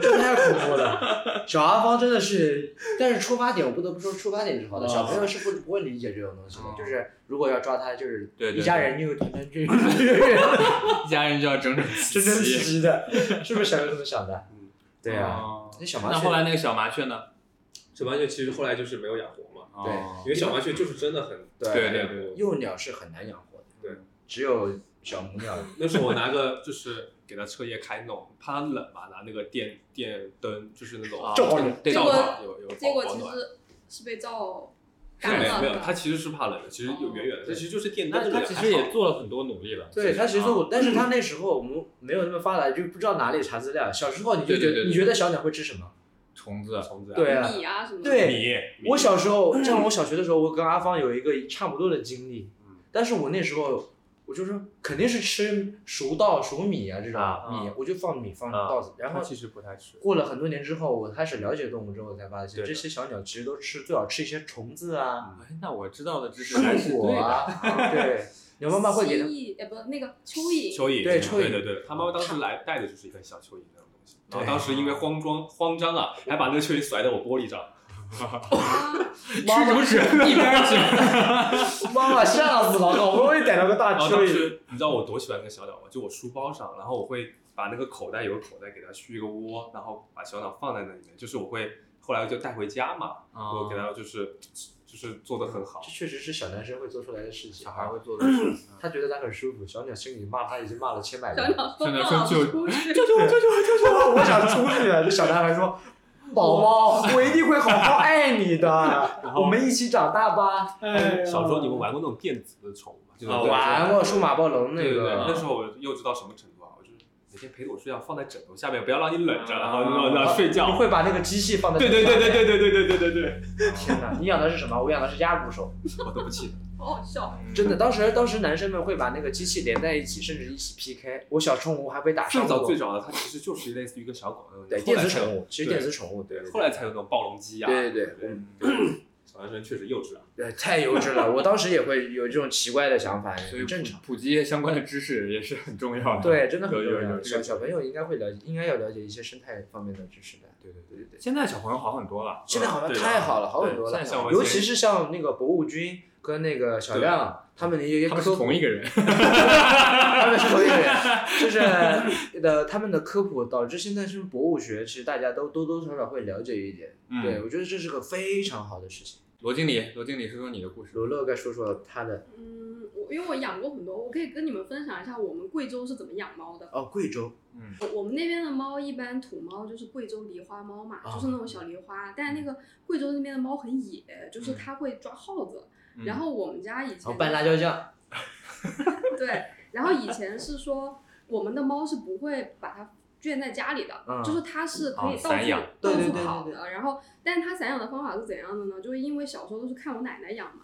Speaker 2: 这太恐怖 了，小阿芳真的是，但是出发点我不得不说，出发点是好的，
Speaker 1: 啊
Speaker 2: 小朋友是不不会理解这种东西的
Speaker 1: 啊，
Speaker 2: 就是如果要抓他，就是
Speaker 1: 对对对
Speaker 2: 一家人又团 团聚，
Speaker 1: 一家人就要整整齐
Speaker 2: 真真
Speaker 1: 齐。
Speaker 2: 实实的， 是不是小朋友这么想的？对啊，
Speaker 1: 哦
Speaker 2: 那小麻
Speaker 1: 那
Speaker 2: 雀
Speaker 1: 后来那个小麻雀呢？
Speaker 5: 小麻雀其实后来就是没有养活嘛，
Speaker 2: 对
Speaker 1: 哦
Speaker 5: 因为小麻雀就是真的很
Speaker 2: 对
Speaker 1: 对
Speaker 5: 对
Speaker 1: 对
Speaker 5: 对。
Speaker 2: 幼鸟是很难养活的，
Speaker 5: 对，
Speaker 2: 只有小母鸟
Speaker 5: 那时候我拿个 就是给它彻夜开弄，怕它冷嘛，拿那个电电灯就是那种
Speaker 1: 啊
Speaker 3: 照着
Speaker 1: 对
Speaker 5: 照
Speaker 4: 结果
Speaker 5: 着有有
Speaker 4: 结
Speaker 5: 保
Speaker 4: 果
Speaker 5: 保
Speaker 4: 其
Speaker 5: 暖。
Speaker 4: 实是被照
Speaker 5: 是
Speaker 4: 感
Speaker 5: 没有
Speaker 4: 染
Speaker 5: 没有，它
Speaker 4: 了。哦
Speaker 5: 其实是怕冷的，其实有远远的，它其实就是电灯
Speaker 1: 那
Speaker 5: 的
Speaker 1: 他
Speaker 5: 两
Speaker 1: 其
Speaker 5: 个
Speaker 1: 实
Speaker 5: 好
Speaker 1: 也做了很多努力了。
Speaker 2: 对他其实
Speaker 1: 啊
Speaker 2: 我，但是他那时候我们没有那么发达，就不知道哪里查资料。小时候你就
Speaker 1: 对
Speaker 2: 觉
Speaker 1: 对
Speaker 2: 得
Speaker 1: 对对
Speaker 2: 你觉得小鸟会吃什么？
Speaker 1: 虫子，
Speaker 5: 虫子啊，
Speaker 2: 对啊，
Speaker 4: 米啊什么的，
Speaker 2: 对
Speaker 5: 米，
Speaker 2: 我小时候像我小学的时候，我跟阿芳有一个差不多的经历
Speaker 5: 嗯，
Speaker 2: 但是我那时候我就说肯定是吃熟稻、熟米啊这种
Speaker 5: 啊
Speaker 2: 米，我就放米放
Speaker 5: 啊
Speaker 2: 稻子，然后
Speaker 5: 它其实不太吃。
Speaker 2: 过了很多年之后，我开始了解动物之后，才发现
Speaker 5: 对的
Speaker 2: 这些小鸟其实都吃，最好吃一些虫子啊、
Speaker 1: 哎，那我知道的知识还是
Speaker 2: 树
Speaker 1: 对
Speaker 2: 果
Speaker 1: 的。
Speaker 2: 啊。 对，鸟妈妈会给
Speaker 4: 蜥
Speaker 2: 它
Speaker 4: 蜴，哎，不，那个蚯蚓，
Speaker 5: 蚯蚓，
Speaker 2: 对蚯蚓
Speaker 5: 对对对，他妈妈当时来带的就是一个小蚯蚓那种东西，然后
Speaker 2: 对
Speaker 5: 当时因为慌张慌张啊，还把那个蚯蚓甩在我玻璃上，
Speaker 4: 啊，
Speaker 1: 吃什么屎？一边儿去！
Speaker 2: 妈妈吓死了，好不容易逮到个大
Speaker 5: 然后
Speaker 2: 蚯
Speaker 5: 当
Speaker 2: 蚓。
Speaker 5: 时你知道我多喜欢那个小鸟吗？就我书包上，然后我会把那个口袋有个口袋给它续一个窝，然后把小鸟放在那里面，就是我会后来就带回家嘛，
Speaker 1: 哦
Speaker 2: 哦
Speaker 5: 我给它就是就是做的很好
Speaker 2: 这，确实是小男生会做出来的事情。
Speaker 1: 小孩会做的事。
Speaker 2: 他觉得他很舒服，小鸟心里骂他已经骂了千百
Speaker 4: 小
Speaker 2: 遍。
Speaker 4: 鸟说
Speaker 1: 小鸟
Speaker 4: 放
Speaker 1: 说
Speaker 4: 啊出去，
Speaker 2: 救我！救救我！救救我！我想出去。这小男孩说：“宝宝， 我一定会好好爱你的，我们一起长大吧。
Speaker 5: 小时候你们玩过那种电子的宠物吗？就是
Speaker 1: 啊”
Speaker 2: 啊哦玩过数码暴龙那
Speaker 5: 对哦对对，那
Speaker 2: 个，
Speaker 5: 时候我幼稚到什么程度啊？我就是每天陪着我睡觉，放在枕头下面，不要让你冷着，
Speaker 1: 啊
Speaker 5: 然后让让睡觉
Speaker 2: 哦你。会把那个机器放在
Speaker 5: 对对对对对对对对对对对，
Speaker 2: 对。天哪！你养的是什么？我养的是鸭骨手。
Speaker 5: 我都不 记得。
Speaker 4: 好好笑。
Speaker 2: 真的，当时当时男生们会把那个机器连在一起，甚至一起 PK。我小宠物还被打
Speaker 5: 最
Speaker 2: 伤
Speaker 5: 早
Speaker 2: 过
Speaker 5: 最。早的它其实就是类似于一个小狗那种，
Speaker 2: 对，
Speaker 5: 后
Speaker 2: 电
Speaker 5: 来
Speaker 2: 子
Speaker 5: 才有
Speaker 2: 宠物，其实
Speaker 5: 对
Speaker 2: 电子宠物，对对对
Speaker 5: 后来才有那种暴龙机啊。
Speaker 2: 对对对嗯
Speaker 5: 对， 小男生确实幼稚啊。
Speaker 2: 对，太幼稚了。我当时也会有这种奇怪的想法，
Speaker 1: 所以
Speaker 2: 很正常。
Speaker 1: 普及一些相关的知识也是很重要的。，
Speaker 2: 对，真的很
Speaker 1: 啊有有
Speaker 2: 重
Speaker 1: 有
Speaker 2: 要。
Speaker 1: 这
Speaker 2: 小
Speaker 1: 个
Speaker 2: 小朋友应该会了解，应该要了解一些生态方面的知识的。对对对对对。
Speaker 1: 现在小朋友好很多了。
Speaker 2: 现在好像
Speaker 5: 对的
Speaker 2: 太好了，好很多
Speaker 1: 啊对
Speaker 2: 了
Speaker 1: 现在小，朋友
Speaker 2: 尤其是像那个博物君跟那个小
Speaker 5: 对
Speaker 2: 亮，他们的一些
Speaker 1: 嗯他们是
Speaker 2: 科普，
Speaker 1: 同一个人，
Speaker 2: 他们是同一 个人，就是呃，他们的科普导致现在是博物学，其实大家都多多少少会了解一点。
Speaker 1: 嗯
Speaker 2: 对，我觉得这是个非常好的事情。
Speaker 1: 罗经理，罗经理说说你的故事。
Speaker 2: 罗乐该说说他的
Speaker 4: 嗯，我因为我养过很多，我可以跟你们分享一下我们贵州是怎么养猫的。
Speaker 2: 哦，贵州
Speaker 1: 嗯，
Speaker 4: 我我们那边的猫一般土猫就是贵州狸花猫嘛，
Speaker 2: 啊嗯
Speaker 4: 就是那种小狸花，但那个贵州那边的猫很野，就是它会抓耗子。
Speaker 1: 嗯
Speaker 4: 然后我们家以
Speaker 2: 哦，
Speaker 4: 前
Speaker 2: 拌辣椒酱，
Speaker 4: 对，然后以前是说我们的猫是不会把它圈在家里的，
Speaker 2: 嗯
Speaker 4: 就是它是可以
Speaker 1: 哦
Speaker 4: 到
Speaker 1: 散
Speaker 4: 处、
Speaker 1: 养
Speaker 4: 到
Speaker 2: 对对
Speaker 4: 处
Speaker 2: 对
Speaker 4: 跑
Speaker 2: 对
Speaker 4: 的。然后，但是它散养的方法是怎样的呢？就是因为小时候都是看我奶奶养嘛，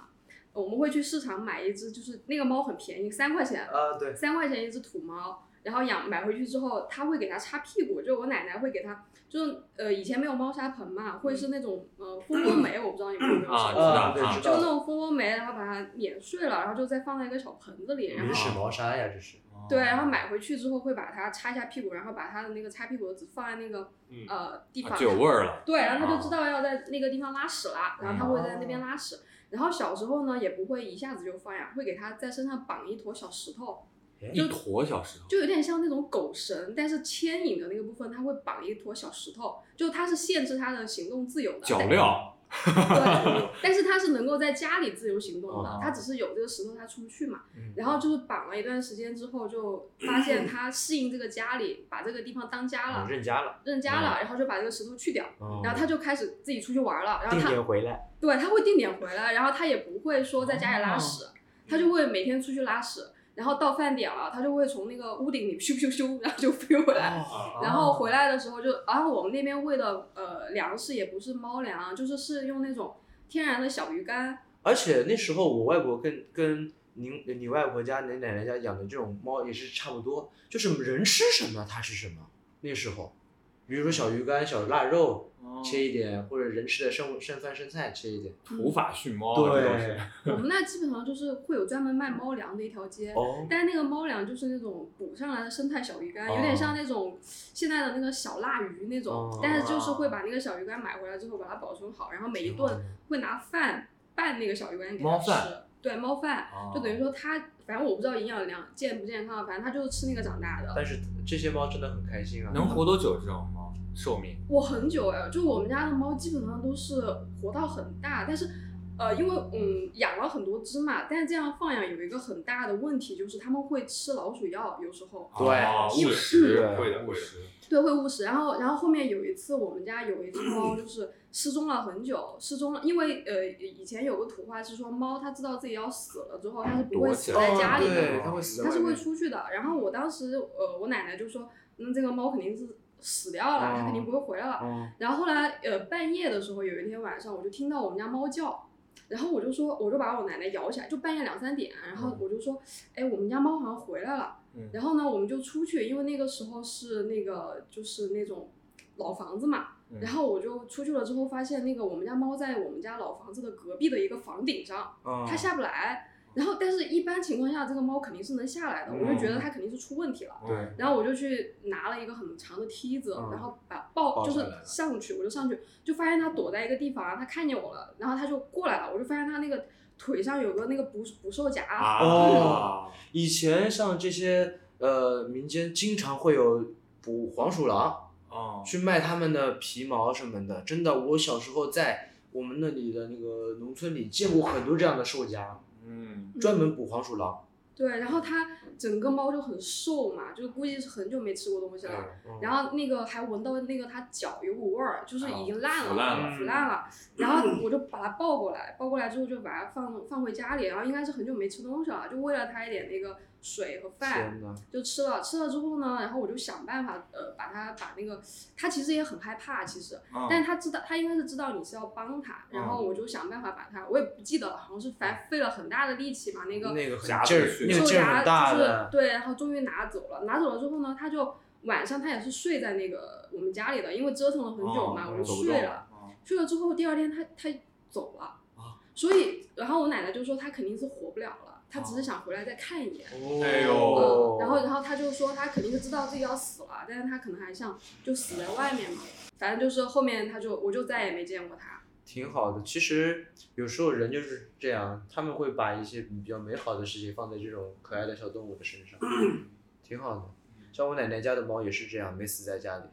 Speaker 4: 我们会去市场买一只，就是那个猫很便宜，三块钱，
Speaker 2: 啊，对，
Speaker 4: 三块钱一只土猫。然后养买回去之后，它会给它擦屁股，就我奶奶会给它，就是呃以前没有猫砂盆嘛，会是那种呃蜂窝煤，我不知道你们有没有吃
Speaker 1: 啊，知
Speaker 4: 过，
Speaker 2: 啊
Speaker 1: 道
Speaker 2: 对
Speaker 1: 啊
Speaker 2: 知。
Speaker 4: 就
Speaker 2: 道
Speaker 4: 那种蜂窝煤，然后把它碾碎了，然后就再放在一个小盆子里，然后
Speaker 2: 原始毛砂呀，这是。
Speaker 4: 对，然后买回去之后会把它擦一下屁股，然后把它的那个擦屁股的纸放在那个、
Speaker 5: 嗯
Speaker 4: 呃地
Speaker 1: 啊
Speaker 4: 方，
Speaker 1: 就有味儿啊了。
Speaker 4: 对，然后它就知道要在那个地方拉屎啦，然后它会在那边拉
Speaker 1: 哦
Speaker 4: 屎。然后小时候呢，也不会一下子就放养，会给它在身上绑一坨小石头，
Speaker 1: 一坨小石头。
Speaker 4: 就有点像那种狗绳，但是牵引的那个部分它会绑一坨小石头，就它是限制它的行动自由的。
Speaker 1: 脚
Speaker 4: 但
Speaker 1: 镣，
Speaker 4: 对，但是它是能够在家里自由行动的
Speaker 2: 哦，
Speaker 4: 它只是有这个石头它出不去嘛。
Speaker 2: 嗯
Speaker 4: 然后就是绑了一段时间之后，就发 现它适应这个家里，把这个地方当家
Speaker 2: 啊
Speaker 4: 了，
Speaker 2: 认嗯家了，
Speaker 4: 认家了，然后就把这个石头去掉，
Speaker 2: 嗯
Speaker 4: 然后它就开始自己出去玩了。然后
Speaker 2: 定
Speaker 4: 它
Speaker 2: 点回来，
Speaker 4: 对，它会定点回来，然后它也不会说在家里拉
Speaker 1: 哦
Speaker 4: 屎，它就会每天出去拉屎，然后到饭点了，它就会从那个屋顶里咻 咻咻，然后就飞回来。
Speaker 1: 哦
Speaker 5: 啊，
Speaker 4: 然后回来的时候就，然后我们那边喂的呃粮食也不是猫粮，就是是用那种天然的小鱼干，
Speaker 2: 而且那时候我外婆跟跟您你外婆家、你奶奶家养的这种猫也是差不多，就是人吃什么它吃什么。那时候，比如说小鱼干、小腊肉
Speaker 1: 哦
Speaker 2: 切一点，或者人吃的剩剩饭剩菜切一点。
Speaker 1: 土法驯猫，啊这都
Speaker 3: 对
Speaker 1: 是，
Speaker 4: 嗯我们那基本上就是会有专门卖猫粮的一条街。
Speaker 2: 哦，
Speaker 4: 但是那个猫粮就是那种补上来的生态小鱼干，有点像那种现在的那个小辣鱼那种，
Speaker 2: 哦
Speaker 4: 但是就是会把那个小鱼干买回来之后把它保存好，然后每一顿会拿饭拌那个小鱼干给它
Speaker 1: 猫
Speaker 4: 吃
Speaker 1: 饭。
Speaker 4: 对猫饭，
Speaker 1: 哦
Speaker 4: 就等于说它，反正我不知道营养量健不健康，反正它就是吃那个长大的。
Speaker 2: 但是这些猫真的很开心啊，
Speaker 1: 能活多久这种猫寿命？
Speaker 4: 我很久哎，就我们家的猫基本上都是活到很大，但是，呃，因为嗯养了很多只嘛，但是这样放养有一个很大的问题，就是它们会吃老鼠药，有时候
Speaker 2: 对
Speaker 1: 哦
Speaker 5: 是
Speaker 1: 务实
Speaker 2: 对
Speaker 5: 会的
Speaker 1: 务
Speaker 5: 会的
Speaker 1: 实。
Speaker 4: 对会误食。然后然后后面有一次我们家有一只猫就是失踪了很久，失踪了，因为呃以前有个土话是说猫它知道自己要死了之后，它是不会
Speaker 5: 躲
Speaker 4: 死
Speaker 5: 起来
Speaker 4: 在家里
Speaker 2: 哦
Speaker 4: 的，
Speaker 2: 对，它会死在
Speaker 4: 它是
Speaker 2: 外
Speaker 4: 会
Speaker 2: 面
Speaker 4: 出去的。然后我当时呃我奶奶就说，那、这个猫肯定是死掉了，它肯定不会回来了。
Speaker 1: 哦
Speaker 2: 嗯
Speaker 4: 然后后来呃半夜的时候，有一天晚上我就听到我们家猫叫，然后我就说我就把我奶奶摇起来，就半夜两三点，然后我就说，哎，我们家猫好像回来了。
Speaker 1: 嗯
Speaker 4: 然后呢，我们就出去，因为那个时候是那个就是那种老房子嘛。
Speaker 1: 嗯
Speaker 4: 然后我就出去了之后，发现那个我们家猫在我们家老房子的隔壁的一个房顶上，
Speaker 2: 嗯，
Speaker 1: 哦
Speaker 4: 它下不来。然后，但是一般情况下，这个猫肯定是能下来的，
Speaker 1: 嗯
Speaker 4: 我就觉得它肯定是出问题了。
Speaker 2: 对，
Speaker 4: 然后我就去拿了一个很长的梯子，
Speaker 2: 嗯
Speaker 4: 然后把抱
Speaker 2: 抱
Speaker 4: 就
Speaker 2: 下
Speaker 4: 是
Speaker 2: 来了
Speaker 4: 上去，我就上去，就发现它躲在一个地方，它啊看见我了，然后它就过来了，我就发现它那个腿上有个那个捕捕兽夹，
Speaker 1: 啊
Speaker 2: 哦，以前像这些呃民间经常会有捕黄鼠狼，
Speaker 1: 哦，
Speaker 2: 去卖他们的皮毛什么的。真的，我小时候在我们那里的那个农村里见过很多这样的兽夹，
Speaker 1: 嗯，
Speaker 4: 嗯
Speaker 2: 专门捕黄鼠狼。
Speaker 4: 对，然后它整个猫就很瘦嘛，就是估计是很久没吃过东西
Speaker 2: 嗯
Speaker 4: 了。然后那个还闻到那个它脚有股味儿，就是已经烂了，
Speaker 1: 腐烂
Speaker 2: 哦了嗯
Speaker 4: 腐烂了。 然后我就把它抱过来，抱过来之后就把它放放回家里，然后应该是很久没吃东西了，就喂了它一点那个水和饭。
Speaker 2: 天哪，
Speaker 4: 就吃了，吃了之后呢，然后我就想办法，呃，把它把那个，它其实也很害怕，其实，
Speaker 1: 嗯
Speaker 4: 但是它知道，它应该是知道你是要帮它，然后我就想办法把它，我也不记得了，好像是反费了很大的力气把那个
Speaker 2: 那个很
Speaker 1: 夹
Speaker 2: 劲儿
Speaker 1: 回，去
Speaker 2: 那个
Speaker 4: 兽
Speaker 2: 劲儿
Speaker 4: 夹
Speaker 2: 很大
Speaker 4: 就是
Speaker 2: 的。
Speaker 4: 对，然后终于拿走了，拿走了之后呢，它就晚上它也是睡在那个我们家里的，因为折腾了很久嘛，
Speaker 1: 哦
Speaker 4: 我就
Speaker 1: 走不
Speaker 4: 睡
Speaker 1: 动
Speaker 4: 了，睡了之后第二天它它走了，所以然后我奶奶就说它肯定是活不了了，它只是想回来再看一眼。
Speaker 1: 哎呦
Speaker 4: 嗯，
Speaker 2: 哦
Speaker 4: 然后然后他就说他肯定是知道自己要死了，但是他可能还想就死在外面嘛。反正就是后面他就我就再也没见过他。
Speaker 2: 挺好的。其实有时候人就是这样，他们会把一些比较美好的事情放在这种可爱的小动物的身 上，挺好的。像我奶奶家的猫也是这样，没死在家里，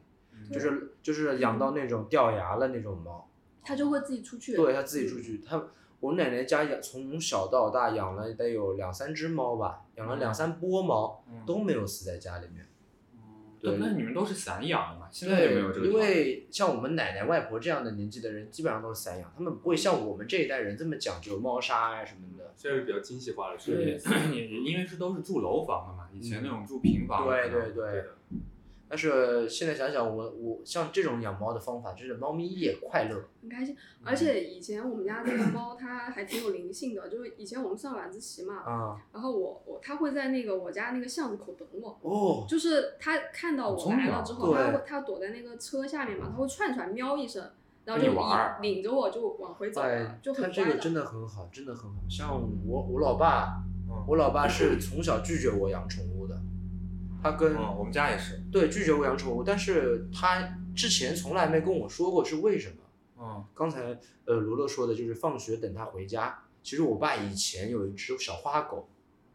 Speaker 4: 对
Speaker 2: 就是就是养到那种掉牙了那种猫。
Speaker 4: 他就会自己出去。
Speaker 2: 对，他自己出去。他我奶奶家养从小到大养了得有两三只猫吧，养了两三波猫
Speaker 1: 嗯
Speaker 2: 都没有死在家里面。
Speaker 1: 对，
Speaker 2: 对
Speaker 1: 那你们都是散养的嘛？现在有没有这个？
Speaker 2: 因为像我们奶奶、外婆这样的年纪的人，基本上都是散养，他们不会像我们这一代人这么讲究猫砂呀、啊什么的。
Speaker 5: 嗯现在是比较精细化的
Speaker 1: 所
Speaker 5: 设
Speaker 1: 以
Speaker 5: 计，
Speaker 1: 也也因为是都是住楼房的嘛，以前那种住平房的
Speaker 2: 对
Speaker 1: 可能，
Speaker 2: 对
Speaker 5: 对
Speaker 2: 对。
Speaker 5: 的，
Speaker 2: 但是现在想想我，我像这种养猫的方法，就是猫咪也快乐。
Speaker 4: 很开心。而且以前我们家那个猫它还挺有灵性的，就是以前我们上晚自习
Speaker 1: 嗯
Speaker 4: 嘛，
Speaker 2: 啊、
Speaker 4: 然后我我它会在那个我家那个巷子口等我。
Speaker 2: 哦，
Speaker 4: 就是它看到
Speaker 1: 很
Speaker 4: 我
Speaker 1: 聪明
Speaker 4: 来
Speaker 1: 啊
Speaker 4: 了之后，它
Speaker 2: 对
Speaker 4: 会它躲在那个车下面嘛，它会窜出来喵一声，然后
Speaker 1: 跟
Speaker 4: 就
Speaker 1: 你玩儿
Speaker 4: 引领着我就往回走
Speaker 2: 哎
Speaker 1: 啊
Speaker 4: 了，，就
Speaker 2: 他
Speaker 4: 很
Speaker 2: 这
Speaker 4: 乖
Speaker 2: 个
Speaker 4: 的。
Speaker 2: 真的很好，真的很好。像我我老爸，
Speaker 1: 嗯
Speaker 2: 我老爸是从小拒绝我养宠物的，他跟、
Speaker 1: 嗯，我们家也是，
Speaker 2: 对拒绝我养宠物，但是他之前从来没跟我说过是为什么。
Speaker 1: 嗯，
Speaker 2: 刚才呃罗罗说的就是放学等他回家，其实我爸以前有一只小花狗，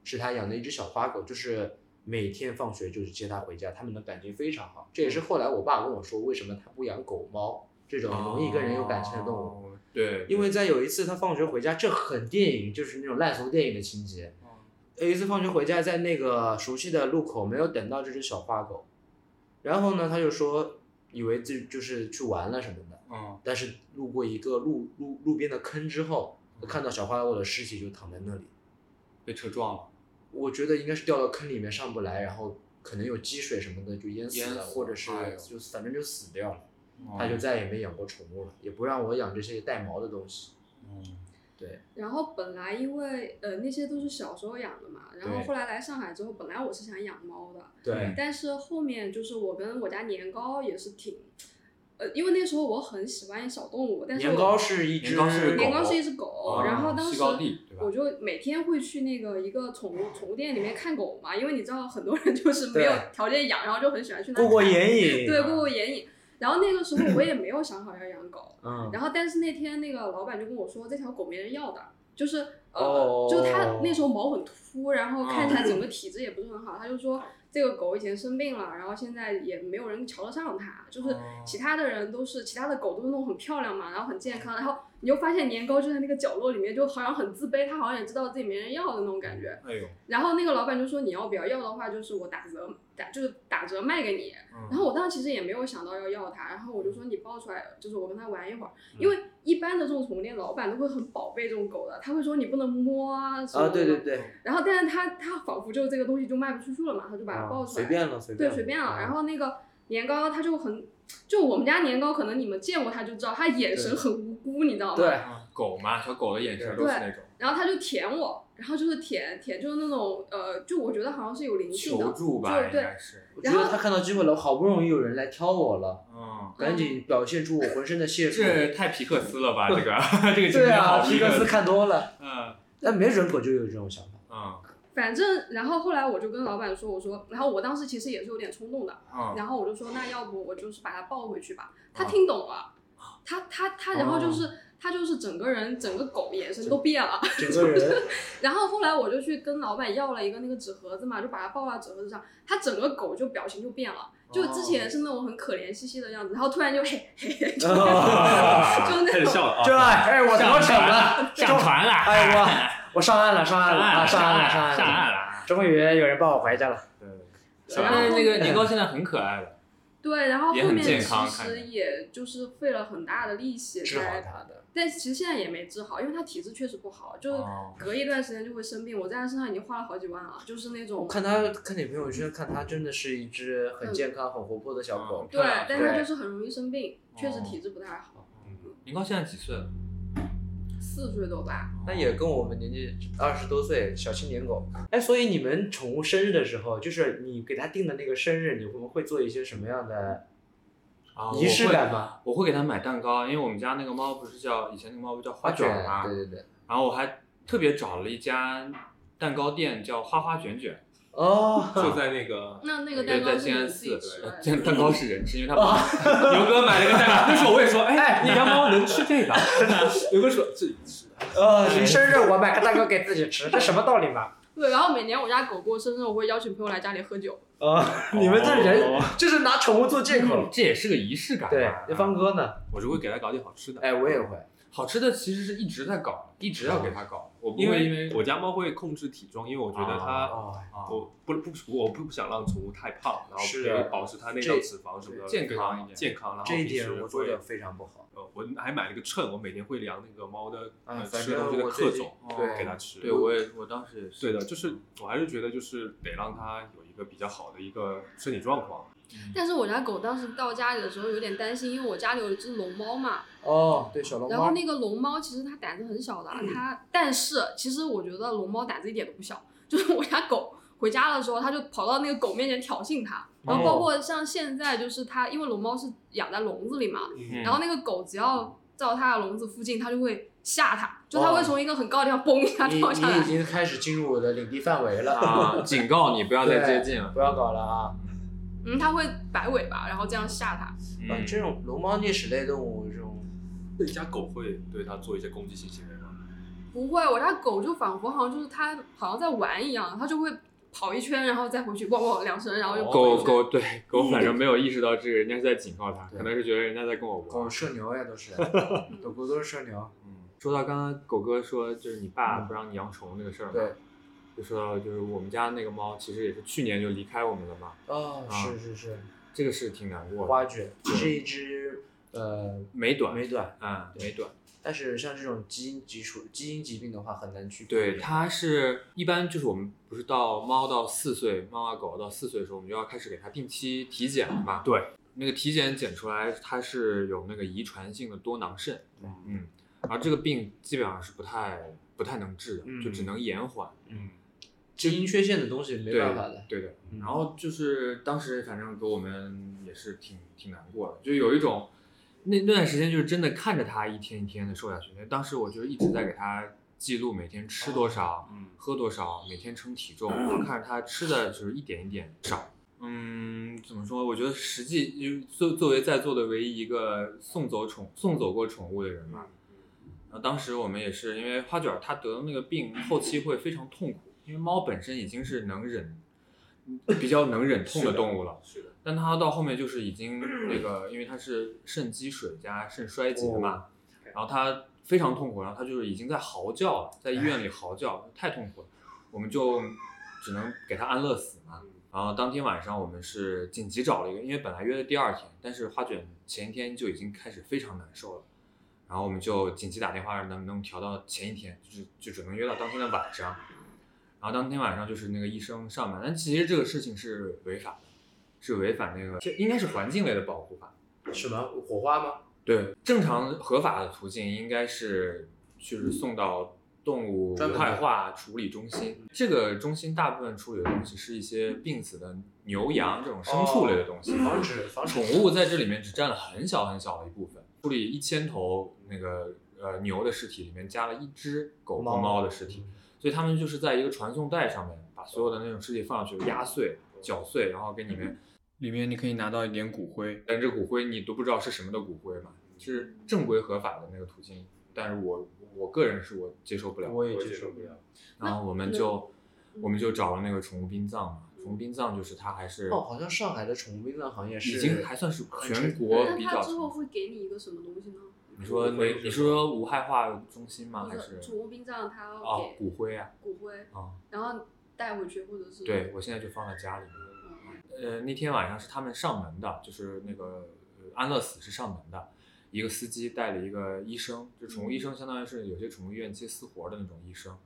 Speaker 2: 是他养的一只小花狗，就是每天放学就是接他回家，他们的感情非常好。这也是后来我爸跟我说为什么他不养狗猫这种容易跟人有感情的动物。
Speaker 1: 物，哦对，
Speaker 2: 因为在有一次他放学回家，这很电影，就是那种烂俗电影的情节。有一次放学回家，在那个熟悉的路口没有等到这只小花狗，然后呢，他就说以为这就是去玩了什么的，
Speaker 3: 嗯，
Speaker 2: 但是路过一个路路路边的坑之后，看到小花狗的尸体就躺在那里。
Speaker 1: 被车撞了，
Speaker 2: 我觉得应该是掉到坑里面上不来，然后可能有积水什么的就淹死
Speaker 1: 淹死
Speaker 2: 了，
Speaker 1: 了
Speaker 2: 或者是
Speaker 1: 哎呦哦
Speaker 2: 就反正就死掉了。他就再也没养过宠物了，也不让我养这些带毛的东西。
Speaker 3: 嗯
Speaker 4: 然后本来因为呃那些都是小时候养的嘛，然后
Speaker 2: 对
Speaker 4: 后来来上海之后，本来我是想养猫的，
Speaker 2: 对
Speaker 1: 嗯，
Speaker 4: 但是后面就是我跟我家年糕也是挺，呃，因为那时候我很喜欢小动物，但是我
Speaker 2: 年糕是啊一只
Speaker 1: 年糕是狗
Speaker 4: 年糕是一只狗，
Speaker 1: 哦
Speaker 4: 然后当
Speaker 1: 西
Speaker 4: 时
Speaker 1: 高地对吧
Speaker 4: 我就每天会去那个一个宠物宠物店里面看狗嘛，因为你知道很多人就是没有
Speaker 2: 对
Speaker 4: 条件养，然后就很喜欢去那
Speaker 2: 过过
Speaker 4: 看
Speaker 2: 眼啊瘾。
Speaker 4: 对过过眼瘾。然后那个时候我也没有想好要养狗，
Speaker 2: 嗯，
Speaker 4: 然后但是那天那个老板就跟我说，这条狗没人要的，就是呃，
Speaker 2: 哦嗯
Speaker 4: 就它那时候毛很秃，然后看起来整个体质也不是很好，他就说这个狗以前生病了，然后现在也没有人瞧得上它，就是
Speaker 2: 哦
Speaker 4: 其他的人都是其他的狗都是那种很漂亮嘛，然后很健康，然后你就发现年糕就在那个角落里面，就好像很自卑，它好像也知道自己没人要的那种感觉。
Speaker 1: 哎呦，
Speaker 4: 然后那个老板就说你要不要要的话，就是我打折打就是打折卖给你，
Speaker 1: 嗯
Speaker 4: 然后我当时其实也没有想到要要它，然后我就说你抱出来，就是我跟它玩一会儿，
Speaker 2: 嗯
Speaker 4: 因为一般的这种宠物店老板都会很宝贝这种狗的，他会说你不能摸啊什么
Speaker 2: 啊，
Speaker 4: 的。
Speaker 2: 对对。对，
Speaker 4: 然后，但是他他仿佛就这个东西就卖不出去了嘛，他就把它
Speaker 2: 啊
Speaker 4: 抱出来，
Speaker 2: 随便了，随啊
Speaker 4: 对
Speaker 2: 便
Speaker 4: 随便了。然
Speaker 2: 后
Speaker 4: 后那个年糕他就很，就我们家年糕，可能你们见过他就知道，他眼神很无辜，你知道吗？
Speaker 2: 对，
Speaker 1: 啊狗嘛，小狗的眼神都是那种
Speaker 4: 然后他就舔我，然后就是舔舔，就是那种呃，就我觉得好像是有灵性的，
Speaker 1: 求助吧，
Speaker 4: 就
Speaker 1: 应
Speaker 4: 对
Speaker 1: 该是，
Speaker 2: 我觉得他看到机会了，好不容易有人来挑我了，
Speaker 1: 嗯，
Speaker 2: 赶紧表现出我浑身的 解数。
Speaker 1: 这太皮克斯了吧，这个 这个情
Speaker 2: 对
Speaker 1: 节
Speaker 2: 啊，
Speaker 1: 好
Speaker 2: 皮克斯，看多了，
Speaker 1: 嗯
Speaker 2: 但没准狗就有这种想法。
Speaker 1: 嗯
Speaker 4: 反正，然后后来我就跟老板说，我说，然后我当时其实也是有点冲动的，
Speaker 1: 嗯，
Speaker 4: 然后我就说，那要不我就是把它抱回去吧。他听懂了，他他他，然后就是、他就是整个人整个狗眼神都变了。
Speaker 2: 整个 人，
Speaker 4: 然后后来我就去跟老板要了一个那个纸盒子嘛，就把它抱到纸盒子上，他整个狗就表情就变了，就之前是那种很可怜兮兮的样子，然后突然就 嘿嘿嘿，就就
Speaker 5: 开
Speaker 4: 那
Speaker 5: 始
Speaker 4: 种。
Speaker 5: 笑了啊！
Speaker 2: 对， 哎，我怎么整了？
Speaker 1: 了，上船了，
Speaker 2: 哎，我我上岸了，上岸
Speaker 1: 上
Speaker 2: 了，
Speaker 1: 岸
Speaker 2: 啊，
Speaker 1: 了，
Speaker 2: 上岸了，
Speaker 1: 上
Speaker 2: 上
Speaker 1: 上
Speaker 2: 岸了，
Speaker 1: 岸了。
Speaker 2: 终于有人帮我回家了。
Speaker 5: 对，
Speaker 1: 但
Speaker 4: 然后
Speaker 1: 是那个年糕现在很可爱了，
Speaker 4: 对，然后
Speaker 1: 也
Speaker 4: 后
Speaker 1: 很
Speaker 4: 面
Speaker 1: 健
Speaker 4: 其
Speaker 1: 康看
Speaker 4: 实
Speaker 1: 着
Speaker 4: 也就是费了很大的力气
Speaker 2: 治好
Speaker 4: 才
Speaker 2: 他的，
Speaker 4: 但其实现在也没治好，因为他体质确实不好，就是
Speaker 1: 哦
Speaker 4: 隔一段时间就会生病。我在他身上已经花了好几万了，就是那
Speaker 2: 我
Speaker 4: 种
Speaker 2: 看他看你朋友圈，看他真的是一只很健康、很活泼的小狗。
Speaker 4: 对
Speaker 1: 漂亮，
Speaker 4: 但
Speaker 2: 对
Speaker 4: 他就是很容易生病，确实
Speaker 1: 哦
Speaker 4: 体质不太好，
Speaker 1: 年糕现在几岁了？
Speaker 4: 四岁多吧。
Speaker 2: 那也跟我们年纪二十多岁小青年狗。哎，所以你们宠物生日的时候，就是你给它定的那个生日，你会不会做一些什么样的
Speaker 1: 啊
Speaker 2: 仪式感吗？
Speaker 1: 我会我会给它买蛋糕，因为我们家那个猫不是叫以前那个猫不是叫花卷
Speaker 2: 卷
Speaker 1: 吗？
Speaker 5: 啊
Speaker 2: 对对对。
Speaker 1: 然后我还特别找了一家蛋糕店，叫花花卷卷，
Speaker 2: 哦，
Speaker 5: 就在那个
Speaker 4: 那那个
Speaker 1: 对，
Speaker 4: 蛋糕
Speaker 1: 在
Speaker 4: 是
Speaker 1: 西
Speaker 4: 你
Speaker 1: 安
Speaker 4: 自
Speaker 1: 寺，
Speaker 4: 己吃
Speaker 1: 对，
Speaker 4: 的，
Speaker 1: 这蛋糕是人吃，因为它不
Speaker 5: 牛哥买了个蛋糕， 那时候我也说，哎，你家猫能吃这个？啊牛哥说这吃
Speaker 2: 呃，你生日我买个蛋糕给自己吃，这什么道理嘛？
Speaker 4: 对，然后每年我家狗过生日，我会邀请朋友来家里喝酒。
Speaker 5: 哦
Speaker 2: 啊，你们这人
Speaker 1: 哦
Speaker 2: 就是拿宠物做借
Speaker 5: 嗯
Speaker 2: 口。
Speaker 1: 哎这也是个仪式感
Speaker 2: 对
Speaker 1: 嘛。，
Speaker 2: 那方哥呢？
Speaker 5: 我就会给他搞点好吃的。
Speaker 2: 哎，我也会。
Speaker 1: 好吃的其实是一直在搞，一直要给它搞，我不
Speaker 5: 因
Speaker 1: 会
Speaker 5: 为
Speaker 1: 因为
Speaker 5: 我家猫会控制体重，因为我觉得它，
Speaker 2: 哦，
Speaker 1: 啊
Speaker 5: 我不不我不想让宠物太胖，然后
Speaker 2: 是
Speaker 5: 可以保持它内
Speaker 2: 这
Speaker 5: 脏脂肪什么的
Speaker 1: 健康一点
Speaker 5: 健康。然后
Speaker 2: 这一
Speaker 5: 平
Speaker 2: 点
Speaker 5: 时
Speaker 2: 我做
Speaker 5: 会
Speaker 2: 的，非常不好。
Speaker 5: 呃，我还买了个秤，我每天会量那个猫的
Speaker 2: 嗯，
Speaker 1: 啊
Speaker 5: 呃
Speaker 2: 反
Speaker 5: 吃
Speaker 2: 正
Speaker 5: 东西的
Speaker 2: 我
Speaker 5: 克
Speaker 2: 最近
Speaker 5: 重，
Speaker 2: 对
Speaker 5: 给它吃。
Speaker 1: 对我也我当时也是
Speaker 5: 对的，就是我还是觉得就是得让它有一个比较好的一个身体状况。
Speaker 4: 但是我家狗当时到家里的时候有点担心，因为我家里有一只龙猫嘛，
Speaker 2: 哦，对，小龙
Speaker 4: 然后
Speaker 2: 猫。
Speaker 4: 那个龙猫其实它胆子很小的，它但是其实我觉得龙猫胆子一点都不小， 就是我家狗回家的时候，它就跑到那个狗面前挑衅它，然后
Speaker 2: 哦
Speaker 4: 包括像现在就是它，因为龙猫是养在笼子里嘛，
Speaker 1: 嗯
Speaker 4: 然后那个狗只要到它的笼子附近，它就会吓它，就它会从一个很高的地方嘣一下
Speaker 2: 你
Speaker 4: 跳下
Speaker 2: 你已
Speaker 4: 来。
Speaker 2: 经开始进入我的领地范围了
Speaker 1: 啊，警告你不要再接近了。
Speaker 2: 不要搞了啊！
Speaker 4: 嗯，它会摆尾巴，然后这样吓它。
Speaker 2: 嗯，这种龙猫啮齿类动物，这种
Speaker 5: 那你家狗会对它做一些攻击性行为吗？
Speaker 4: 不会，我家狗就仿佛好像就是它好像在玩一样，它就会跑一圈，然后再回去汪汪两声，然后就
Speaker 1: 哦狗
Speaker 4: 一圈
Speaker 1: 狗对狗，反正没有意识到这个人家是在警告他，
Speaker 2: 对
Speaker 1: 可能是觉得人家在跟我玩
Speaker 2: 狗。社牛呀，都 是，狗狗都是社牛。
Speaker 1: 嗯，说到刚刚狗哥说就是你爸不让你养宠物那个事儿嘛，
Speaker 2: 对，
Speaker 1: 就说到就是我们家那个猫其实也是去年就离开我们了嘛，
Speaker 2: 哦，
Speaker 1: 啊
Speaker 2: 是是是，
Speaker 1: 这个是挺难过的。
Speaker 2: 挖掘，这是一只呃
Speaker 1: 美短，
Speaker 2: 美短，
Speaker 1: 啊，美短，
Speaker 2: 但是像这种基因基础基因疾病的话，很难去
Speaker 1: 对，
Speaker 2: 避免
Speaker 1: 它是一般就是我们不是到猫到四岁，猫啊狗到四岁的时候，我们就要开始给它定期体检了嘛。
Speaker 5: 对，
Speaker 1: 那个体检检出来它是有那个遗传性的多囊肾，
Speaker 2: 对
Speaker 1: 嗯，而这个病基本上是不太不太能治的，
Speaker 2: 嗯
Speaker 1: 就只能延缓。
Speaker 5: 嗯，
Speaker 2: 基因缺陷的东西没
Speaker 1: 对
Speaker 2: 办法的。
Speaker 1: 对的。
Speaker 2: 嗯
Speaker 1: 然后就是当时反正给我们也是挺挺难过的，就有一种那那段时间就是真的看着它一天一天的瘦下去。当时我就一直在给它记录每天吃多
Speaker 2: 哦
Speaker 1: 少、
Speaker 5: 嗯
Speaker 1: 喝多少，每天称体重，看着它吃的就是一点一点少。嗯，怎么说？我觉得实际因为作作为在座的唯一一个送走宠送走过宠物的人
Speaker 5: 嗯
Speaker 1: 嘛，然后当时我们也是因为花卷儿它得的那个病，后期会非常痛苦，因为猫本身已经是能忍，比较能忍痛的动物了，
Speaker 5: 是的，
Speaker 1: 但它到后面就是已经那个，因为它是肾积水加肾衰竭嘛，然后它非常痛苦，然后它就是已经在嚎叫了，在医院里嚎叫，太痛苦了，我们就只能给它安乐死嘛。然后当天晚上我们是紧急找了一个，因为本来约的第二天，但是花卷前一天就已经开始非常难受了，然后我们就紧急打电话能不能调到前一天，就是就只能约到当天的晚上。然后当天晚上就是那个医生上门，但其实这个事情是违法的，是违反那个这应该是环境类的保护法。
Speaker 2: 什么火花吗？
Speaker 1: 对，正常合法的途径应该是就是送到动物
Speaker 2: 专
Speaker 1: 无
Speaker 2: 门的
Speaker 1: 害化处理中心。这个中心大部分处理的东西是一些病死的牛羊这种牲畜类的东西，
Speaker 2: 哦防止防止
Speaker 1: 宠物在这里面只占了很小很小的一部分。处理一千头那个呃牛的尸体里面加了一只狗和猫的尸体，所以他们就是在一个传送带上面把所有的那种尸体放上去，压碎、绞碎，然后给你们。里面你可以拿到一点骨灰，但这骨灰你都不知道是什么的骨灰嘛，是正规合法的那个途径。但是我我个人是我接受不了，
Speaker 2: 我也
Speaker 5: 我
Speaker 2: 接
Speaker 5: 接
Speaker 2: 受
Speaker 5: 受
Speaker 2: 不
Speaker 5: 不
Speaker 2: 了
Speaker 5: 了。
Speaker 1: 然后我们就
Speaker 4: 嗯
Speaker 1: 我们就找了那个宠物殡葬嘛，宠物殡葬就是它还是
Speaker 2: 哦，好像上海的宠物殡葬行业是
Speaker 1: 已经还算是
Speaker 2: 很
Speaker 1: 全
Speaker 2: 成
Speaker 1: 国
Speaker 4: 但
Speaker 1: 比
Speaker 4: 它
Speaker 1: 较
Speaker 4: 之后会给你一个什么东西呢？
Speaker 1: 你说那你是说无害化中心吗？还
Speaker 4: 就是宠物殡葬，它要
Speaker 1: 哦
Speaker 4: 给
Speaker 1: 骨灰啊？
Speaker 4: 骨灰，
Speaker 1: 啊、
Speaker 4: 然后带回去，或者是
Speaker 1: 对我现在就放在家里面。呃，那天晚上是他们上门的，就是那个呃安乐死是上门的，一个司机带了一个医生，就宠物医生，相当于是有些宠物医院接私活的那种医生，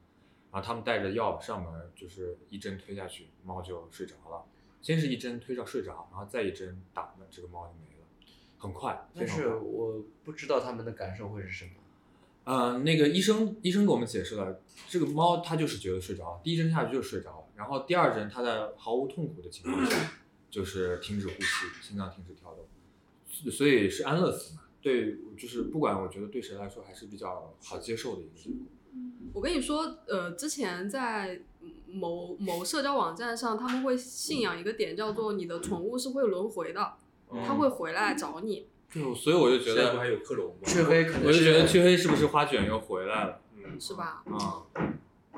Speaker 1: 然后他们带着药上门，就是一针推下去，猫就睡着了。先是一针推着睡着，然后再一针打，那这个猫就没了，很快，非
Speaker 2: 但
Speaker 1: 常
Speaker 2: 是
Speaker 1: 快。
Speaker 2: 我不知道他们的感受会是什么。
Speaker 1: 呃，那个医生医生给我们解释了，这个猫它就是觉得睡着，第一针下去就是睡着，然后第二针它在毫无痛苦的情况下，就是停止呼吸，心脏停止跳动，所所以是安乐死嘛。对，就是不管我觉得对谁来说还是比较好接受的一个结果。
Speaker 4: 我跟你说，呃，之前在某某社交网站上，他们会信仰一个点，叫做你的宠物是会轮回的，它会回来找你。
Speaker 1: 就所以我就觉
Speaker 5: 现在不还
Speaker 1: 得，
Speaker 5: 有克隆吗？
Speaker 2: 雀飞可能
Speaker 1: 我就觉得
Speaker 2: 是
Speaker 1: 雀黑是不是花卷又回来了
Speaker 5: 嗯，
Speaker 4: 是吧？
Speaker 1: 啊、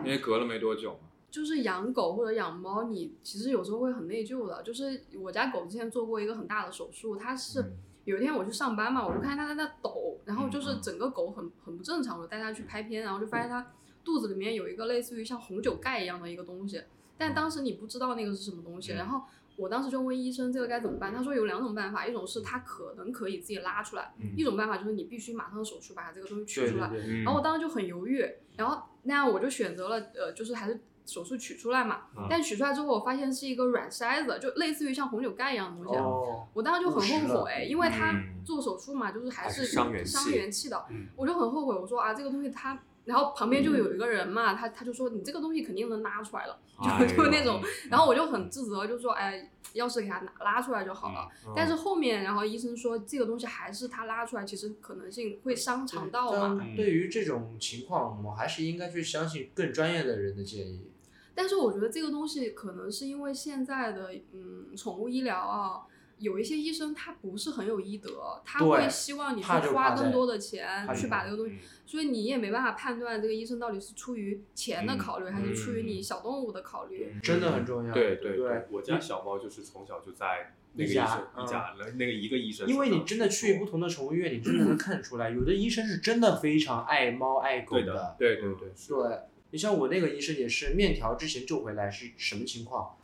Speaker 1: 因为隔了没多久嘛。
Speaker 4: 就是养狗或者养猫，你其实有时候会很内疚的。就是我家狗之前做过一个很大的手术，它是
Speaker 1: 嗯
Speaker 4: 有一天我去上班嘛，我就看见它在那抖，然后就是
Speaker 1: 嗯
Speaker 4: 整个狗很很不正常，我带它去拍片，然后就发现它肚子里面有一个类似于像红酒盖一样的一个东西，但当时你不知道那个是什么东西，
Speaker 1: 嗯
Speaker 4: 然后我当时就问医生这个该怎么办，他说有两种办法，一种是它可能可以自己拉出来，
Speaker 1: 嗯
Speaker 4: 一种办法就是你必须马上手术把它这个东西取
Speaker 2: 对
Speaker 4: 出来
Speaker 2: 对。对，
Speaker 1: 嗯
Speaker 4: 然后我当时就很犹豫，然后那样我就选择了呃，就是还是手术取出来嘛。
Speaker 1: 嗯
Speaker 4: 但取出来之后，我发现是一个软筛子，就类似于像红酒盖一样的东西。啊
Speaker 2: 哦，
Speaker 4: 我当时就很
Speaker 2: 误食
Speaker 4: 后
Speaker 2: 了
Speaker 4: 悔，因为他
Speaker 1: 嗯
Speaker 4: 做手术嘛，就是还
Speaker 1: 还
Speaker 4: 是
Speaker 1: 是伤元气
Speaker 4: 气的，
Speaker 5: 嗯
Speaker 4: 我就很后悔。我说啊，这个东西它，然后旁边
Speaker 1: 嗯
Speaker 4: 就有一个人嘛，他他就说你这个东西肯定能拉出来了，
Speaker 1: 哎
Speaker 4: 就就那
Speaker 1: 嗯
Speaker 4: 种。 然后我就很自责，就说哎，要是给它拿拉出来就好了。
Speaker 1: 嗯
Speaker 4: 但是后面，然后医生说这个东西还是他拉出来，其实可能性会伤肠道嘛。
Speaker 2: 但对于这种情况，我们还是应该去相信更专业的人的建议。
Speaker 4: 但是我觉得这个东西可能是因为现在的嗯宠物医疗啊，有一些医生他不是很有医德，他
Speaker 2: 对
Speaker 4: 会希望你去
Speaker 2: 怕就
Speaker 4: 花
Speaker 2: 怕
Speaker 4: 更
Speaker 2: 在
Speaker 4: 多的钱
Speaker 2: 怕就
Speaker 4: 去把
Speaker 2: 怕
Speaker 4: 这个东西
Speaker 5: 嗯，
Speaker 4: 所以你也没办法判断这个医生到底是出于钱的
Speaker 1: 嗯
Speaker 4: 考虑，还是出于
Speaker 5: 嗯
Speaker 4: 你小动物的考虑。
Speaker 2: 真的很重要。
Speaker 1: 对
Speaker 2: 对
Speaker 1: 对
Speaker 2: 不
Speaker 5: 我家小猫就是从小就在那个
Speaker 2: 一
Speaker 5: 医
Speaker 2: 家
Speaker 5: 生
Speaker 2: 嗯
Speaker 5: 一家，那那个一个医生手上，
Speaker 2: 因为你真的去不同的宠物医院，你真的能看得出来，有的医生是真的非常爱猫爱狗
Speaker 5: 对的，
Speaker 1: 对对
Speaker 5: 嗯
Speaker 1: 对，
Speaker 2: 对，你像我那个医生也是，面条之前救回来是什么情况？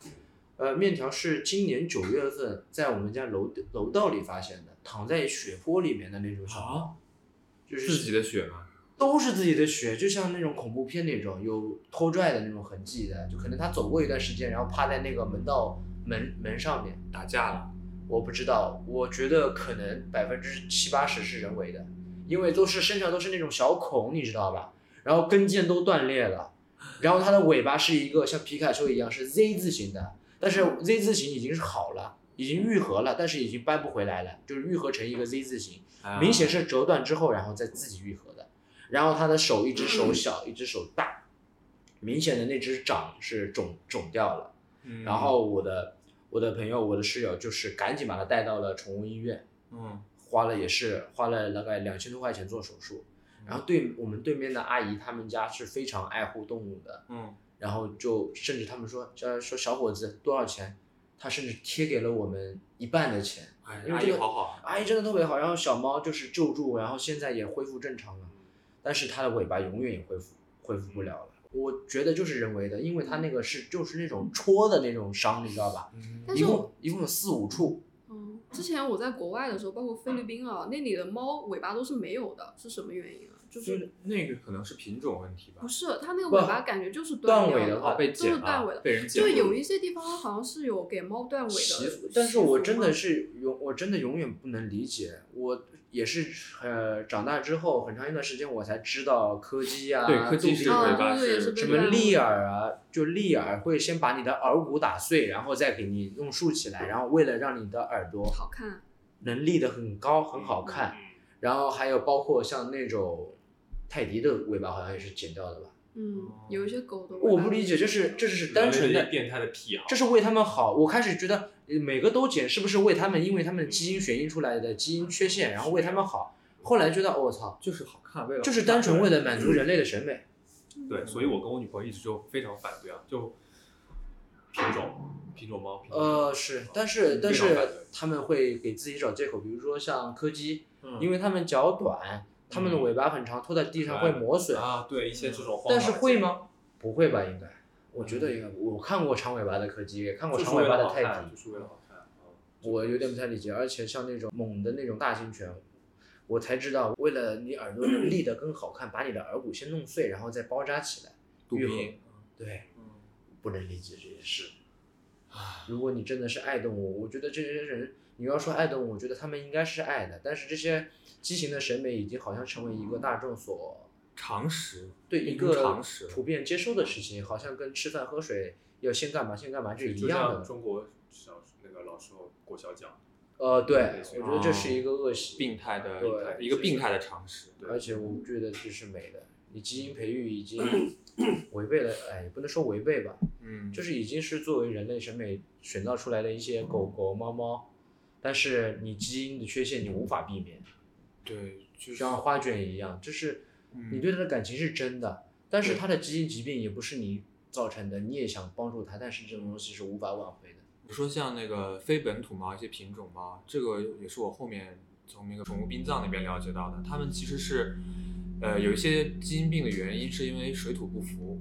Speaker 2: 呃，面条是今年九月份在我们家楼楼道里发现的，躺在血泊里面的那种小猫，
Speaker 1: 啊，
Speaker 2: 就
Speaker 1: 自
Speaker 2: 是
Speaker 1: 己的血吗？
Speaker 2: 都是自己的血，就像那种恐怖片那种有拖拽的那种痕迹的，就可能他走过一段时间，然后趴在那个门道门门上面。
Speaker 1: 打架了，
Speaker 2: 我不知道，我觉得可能百分之七八十是人为的，因为都是身上都是那种小孔，你知道吧？然后跟腱都断裂了，然后它的尾巴是一个像皮卡丘一样是 Z 字形的，但是 Z 字形已经是好了，已经愈合了，但是已经掰不回来了，就是愈合成一个 Z 字形，
Speaker 1: 哎啊
Speaker 2: 明显是折断之后然后再自己愈合的。然后它的手一只手小，一只手大，明显的那只掌是肿肿掉了。
Speaker 1: 嗯
Speaker 2: 然后我的我的朋友，我的室友就是赶紧把他带到了宠物医院，
Speaker 1: 嗯，
Speaker 2: 花了也是花了大概两千多块钱做手术。
Speaker 1: 嗯
Speaker 2: 然后对我们对面的阿姨，他们家是非常爱护动物的，
Speaker 1: 嗯，
Speaker 2: 然后就甚至他们说，叫说小伙子多少钱，他甚至贴给了我们一半的钱。
Speaker 1: 哎，
Speaker 2: 因为
Speaker 1: 阿
Speaker 2: 这
Speaker 1: 姨
Speaker 2: 个
Speaker 1: 好好，
Speaker 2: 阿姨真的特别好，然后小猫就是救助，然后现在也恢复正常了，
Speaker 1: 嗯
Speaker 2: 但是它的尾巴永远也恢复恢复不了了。
Speaker 1: 嗯
Speaker 2: 我觉得就是人为的，因为它那个是就是那种戳的那种伤，你知道吧？
Speaker 1: 嗯
Speaker 4: 但
Speaker 2: 一
Speaker 4: 是
Speaker 2: 共
Speaker 4: 我，
Speaker 2: 一共有四五处，
Speaker 4: 嗯，之前我在国外的时候，包括菲律宾啊，那里的猫尾巴都是没有的，是什么原因啊？就
Speaker 1: 就是是那个可能是品种问题吧
Speaker 4: 不，是它那个
Speaker 2: 不
Speaker 4: 尾巴感觉就是
Speaker 2: 断
Speaker 4: 掉
Speaker 2: 尾的
Speaker 1: 哦，
Speaker 2: 话
Speaker 1: 被
Speaker 4: 就
Speaker 1: 剪
Speaker 4: 是断尾
Speaker 1: 了，
Speaker 4: 的，
Speaker 1: 被人剪
Speaker 4: 就
Speaker 1: 了，
Speaker 4: 有一些地方好像是有给猫断尾
Speaker 2: 习
Speaker 4: 的
Speaker 2: 俗，但是我
Speaker 4: 习俗
Speaker 2: 真
Speaker 4: 吗
Speaker 2: 的是永，我真的永远不能理解。我也是呃，长大之后很长一段时间我才知道柯基啊，
Speaker 1: 对柯基
Speaker 2: 杜
Speaker 1: 是
Speaker 2: 比
Speaker 4: 啊
Speaker 1: 尾
Speaker 2: 啊
Speaker 1: 巴
Speaker 4: 对对
Speaker 1: 是
Speaker 4: 是被
Speaker 2: 什
Speaker 4: 断
Speaker 2: 么
Speaker 4: 了
Speaker 2: 利耳啊，就利
Speaker 4: 嗯
Speaker 2: 耳会先把你的耳骨打碎，然后再给你用竖起来，然后为了让你的耳朵
Speaker 4: 好嗯看，
Speaker 2: 能立得很高，很
Speaker 5: 嗯
Speaker 2: 好看。然后还有包括像那种泰迪的尾巴好像也是剪掉的吧？
Speaker 4: 嗯，有一些狗的尾
Speaker 2: 哦我
Speaker 4: 巴
Speaker 2: 不理解，这是这是
Speaker 5: 嗯
Speaker 2: 单纯
Speaker 5: 人类
Speaker 2: 的
Speaker 5: 一变态的癖好，
Speaker 2: 这是为他们好。我开始觉得呃每个都剪是不是为他们，因为他们基因选因出来的基因缺陷，然后为他们好。后来觉得，哦我、操，
Speaker 1: 就是好看，为了
Speaker 2: 就是单纯为了满足人类的审美。
Speaker 5: 对，所以我跟我女朋友一直就非常反对啊，就品种品种猫，品种猫
Speaker 2: 呃，是，但是但
Speaker 5: 非
Speaker 2: 是
Speaker 5: 常反对
Speaker 2: 他们会给自己找借口，比如说像柯基，
Speaker 1: 嗯
Speaker 2: 因为他们脚短，他们的尾巴很长，拖在地上会磨损。
Speaker 5: 嗯啊，对一些这种荒
Speaker 2: 但是
Speaker 5: 唐
Speaker 2: 会吗？不会吧，应该。我觉得应该，我看过长尾巴的柯基，也看过
Speaker 5: 嗯就是
Speaker 2: 长尾
Speaker 5: 为
Speaker 2: 巴
Speaker 5: 了
Speaker 2: 的
Speaker 5: 好
Speaker 2: 泰
Speaker 5: 看，
Speaker 2: 迪
Speaker 5: 就，是为了好看。嗯
Speaker 2: 我有点不太理解，而且像那种猛的那种大型犬，我才知道，为了你耳朵能立得更好看，把你的耳骨先弄碎，然后再包扎起来。
Speaker 1: 杜
Speaker 2: 愈
Speaker 1: 宾，
Speaker 2: 对，
Speaker 1: 嗯
Speaker 2: 不能理解这件事。如果你真的是爱动物，我觉得这些人，你要说爱动物，我觉得他们应该是爱的，但是这些畸形的审美已经好像成为一个大众所
Speaker 1: 常识，
Speaker 2: 对
Speaker 1: 一
Speaker 2: 一
Speaker 1: 个
Speaker 2: 个
Speaker 1: 常识，
Speaker 2: 普遍接受的事情，好像跟吃饭喝水要先干嘛先干嘛是一
Speaker 5: 就
Speaker 2: 样
Speaker 5: 像
Speaker 2: 的。
Speaker 5: 中国小那个老时候裹小脚，
Speaker 2: 呃，对
Speaker 5: 类，似
Speaker 2: 我
Speaker 5: 于
Speaker 2: 觉得这是一个恶习。
Speaker 1: 病态的
Speaker 2: 对
Speaker 1: 一个病态的常识，
Speaker 5: 对
Speaker 2: 而且我觉得这是美的，你基因培育已经违背了，哎，也不能说违背吧，
Speaker 1: 嗯，
Speaker 2: 就是已经是作为人类审美选造出来的一些狗狗、猫猫，但是你基因的缺陷你无法避免，
Speaker 1: 对，就
Speaker 2: 就是像花卷一样，就是
Speaker 5: 嗯
Speaker 2: 你对它的感情是真的，但是它的基因疾病也不是你造成的，你也想帮助它，但是这种东西是无法挽回的。
Speaker 1: 你说像那个非本土猫一些品种猫，这个也是我后面从那个宠物殡葬那边了解到的，它们其实是，呃，有一些基因病的原因是因为水土不服，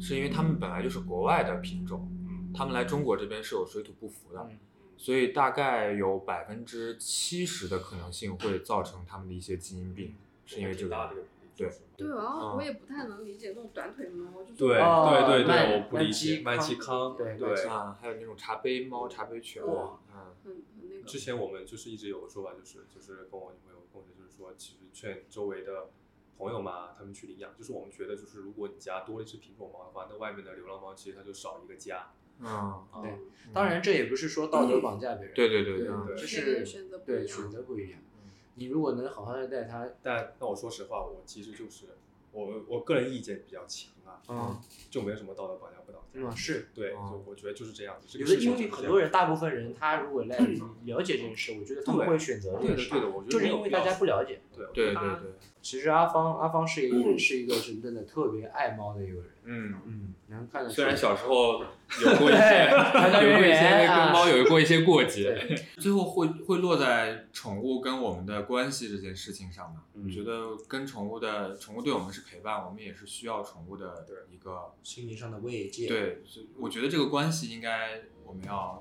Speaker 1: 是因为它们本来就是国外的品种，
Speaker 5: 嗯，
Speaker 1: 它们来中国这边是有水土不服的
Speaker 2: 嗯，
Speaker 1: 所以大概有百分之七十的可能性会造成它们的一些基因病，是因为这
Speaker 5: 挺大的
Speaker 1: 个
Speaker 5: 一。嗯个比例
Speaker 1: 对
Speaker 4: 对，然
Speaker 1: 嗯
Speaker 4: 后我也不太能理解那种短腿猫，就是
Speaker 5: 对
Speaker 2: 哦
Speaker 5: 对对
Speaker 2: 麦
Speaker 5: 对，我不理解
Speaker 2: 麦
Speaker 5: 麦
Speaker 2: 奇
Speaker 5: 奇
Speaker 2: 康
Speaker 5: 康，
Speaker 2: 对麦奇
Speaker 5: 对。
Speaker 1: 啊，还有那种茶杯猫、茶杯犬，
Speaker 4: 哇
Speaker 1: 嗯，
Speaker 4: 很很那个。
Speaker 5: 之前我们就是一直有个说法，就是就是跟我女朋友共识，就是说其实劝周围的朋友嘛，他们去领养，就是我们觉得就是如果你家多了一只品种猫的话，那外面的流浪猫其实它就少一个家。
Speaker 1: 嗯，
Speaker 5: 啊
Speaker 2: 对当然，这也不是说道德绑架别人，
Speaker 1: 对对对
Speaker 2: 对
Speaker 1: 嗯
Speaker 5: 对
Speaker 2: 就
Speaker 4: 每个人
Speaker 2: 是
Speaker 4: 选择不一
Speaker 2: 对
Speaker 4: 样
Speaker 2: 选择不一样。
Speaker 5: 嗯
Speaker 2: 你如果能好好的带它，
Speaker 5: 但那我说实话，我其实就是我我个人意见比较强，啊，
Speaker 6: 嗯，
Speaker 5: 就没有什么道德绑架不绑架。
Speaker 2: 是，
Speaker 5: 对，
Speaker 1: 嗯
Speaker 5: 就我觉得就是这样子。这
Speaker 2: 有
Speaker 5: 个
Speaker 2: 的
Speaker 5: 事情
Speaker 2: 因为
Speaker 5: 就是
Speaker 2: 很
Speaker 5: 这
Speaker 2: 多
Speaker 5: 样
Speaker 2: 人，大部分人他如 果来了解这件事，我觉得他们
Speaker 5: 对
Speaker 2: 会选择这
Speaker 5: 对
Speaker 2: 个
Speaker 5: 的
Speaker 2: 事，
Speaker 5: 对的，我觉得
Speaker 2: 就是
Speaker 5: 没有
Speaker 2: 因为
Speaker 5: 必要
Speaker 2: 大家不了解。
Speaker 5: 对
Speaker 1: 对对
Speaker 2: 他
Speaker 1: 对，
Speaker 2: 其实阿芳，阿芳是
Speaker 5: 嗯
Speaker 2: 一个是一个真正的特别爱猫的一个人，
Speaker 1: 嗯。
Speaker 2: 嗯，能看得出
Speaker 1: 虽
Speaker 2: 来
Speaker 1: 然小时候有过一些
Speaker 2: 对，团团
Speaker 1: 有
Speaker 2: 圆
Speaker 1: 过一
Speaker 2: 圆
Speaker 1: 些
Speaker 2: 啊
Speaker 1: 跟猫有过一些过节，最后会会落在宠物跟我们的关系这件事情上嘛？我觉得跟宠物的宠物对我们是陪伴，我们也是需要宠物的一个
Speaker 2: 心灵上的慰藉。，
Speaker 1: 对，所以我觉得这个关系应该我们要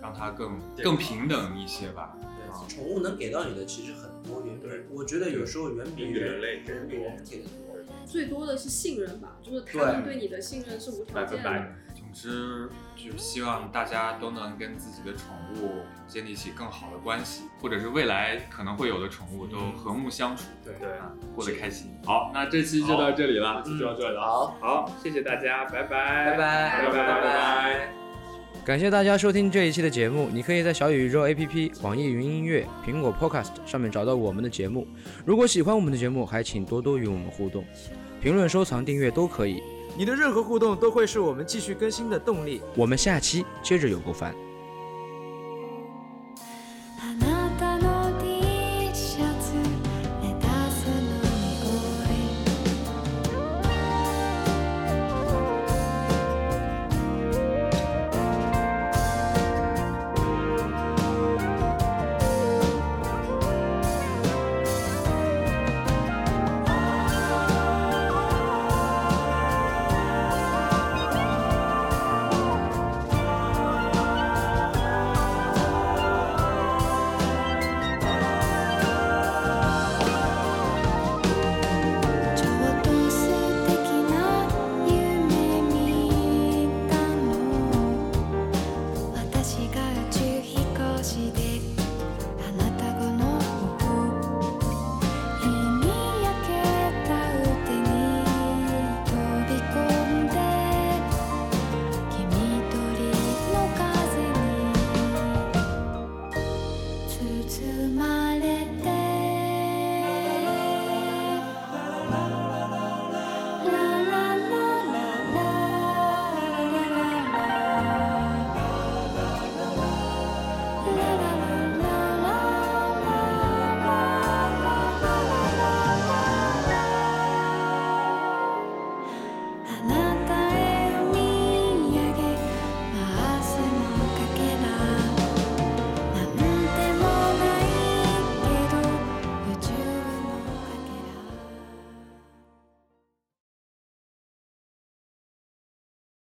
Speaker 1: 让它更更平等一些吧。啊
Speaker 2: 宠物能给到你的其实很多，远比
Speaker 5: 对
Speaker 2: 我觉得有时候远比
Speaker 5: 远比人类
Speaker 2: 人给我们给的多。
Speaker 4: 最多的是信任吧，就是他们对你的信任是无条
Speaker 5: 百分
Speaker 4: 件
Speaker 5: 百
Speaker 4: 的。
Speaker 5: 的。
Speaker 1: 嗯总之，就是希望大家都能跟自己的宠物建立起更好的关系，或者是未来可能会有的宠物都和睦相处，
Speaker 5: 对，
Speaker 1: 啊，过得开心。好，那这期就
Speaker 5: 好
Speaker 1: 到这里了。
Speaker 5: 就到这里了。
Speaker 2: 好，
Speaker 5: 好，谢谢大家，拜拜，
Speaker 2: 拜拜，
Speaker 5: 拜拜拜拜。
Speaker 6: 感谢大家收听这一期的节目，你可以在小宇宙 APP、网易云音乐、苹果 Podcast 上面找到我们的节目。如果喜欢我们的节目，还请多多与我们互动，评论、收藏、订阅都可以。
Speaker 7: 你的任何互动都会是我们继续更新的动力。
Speaker 6: 我们下期接着有够烦。
Speaker 8: あなたの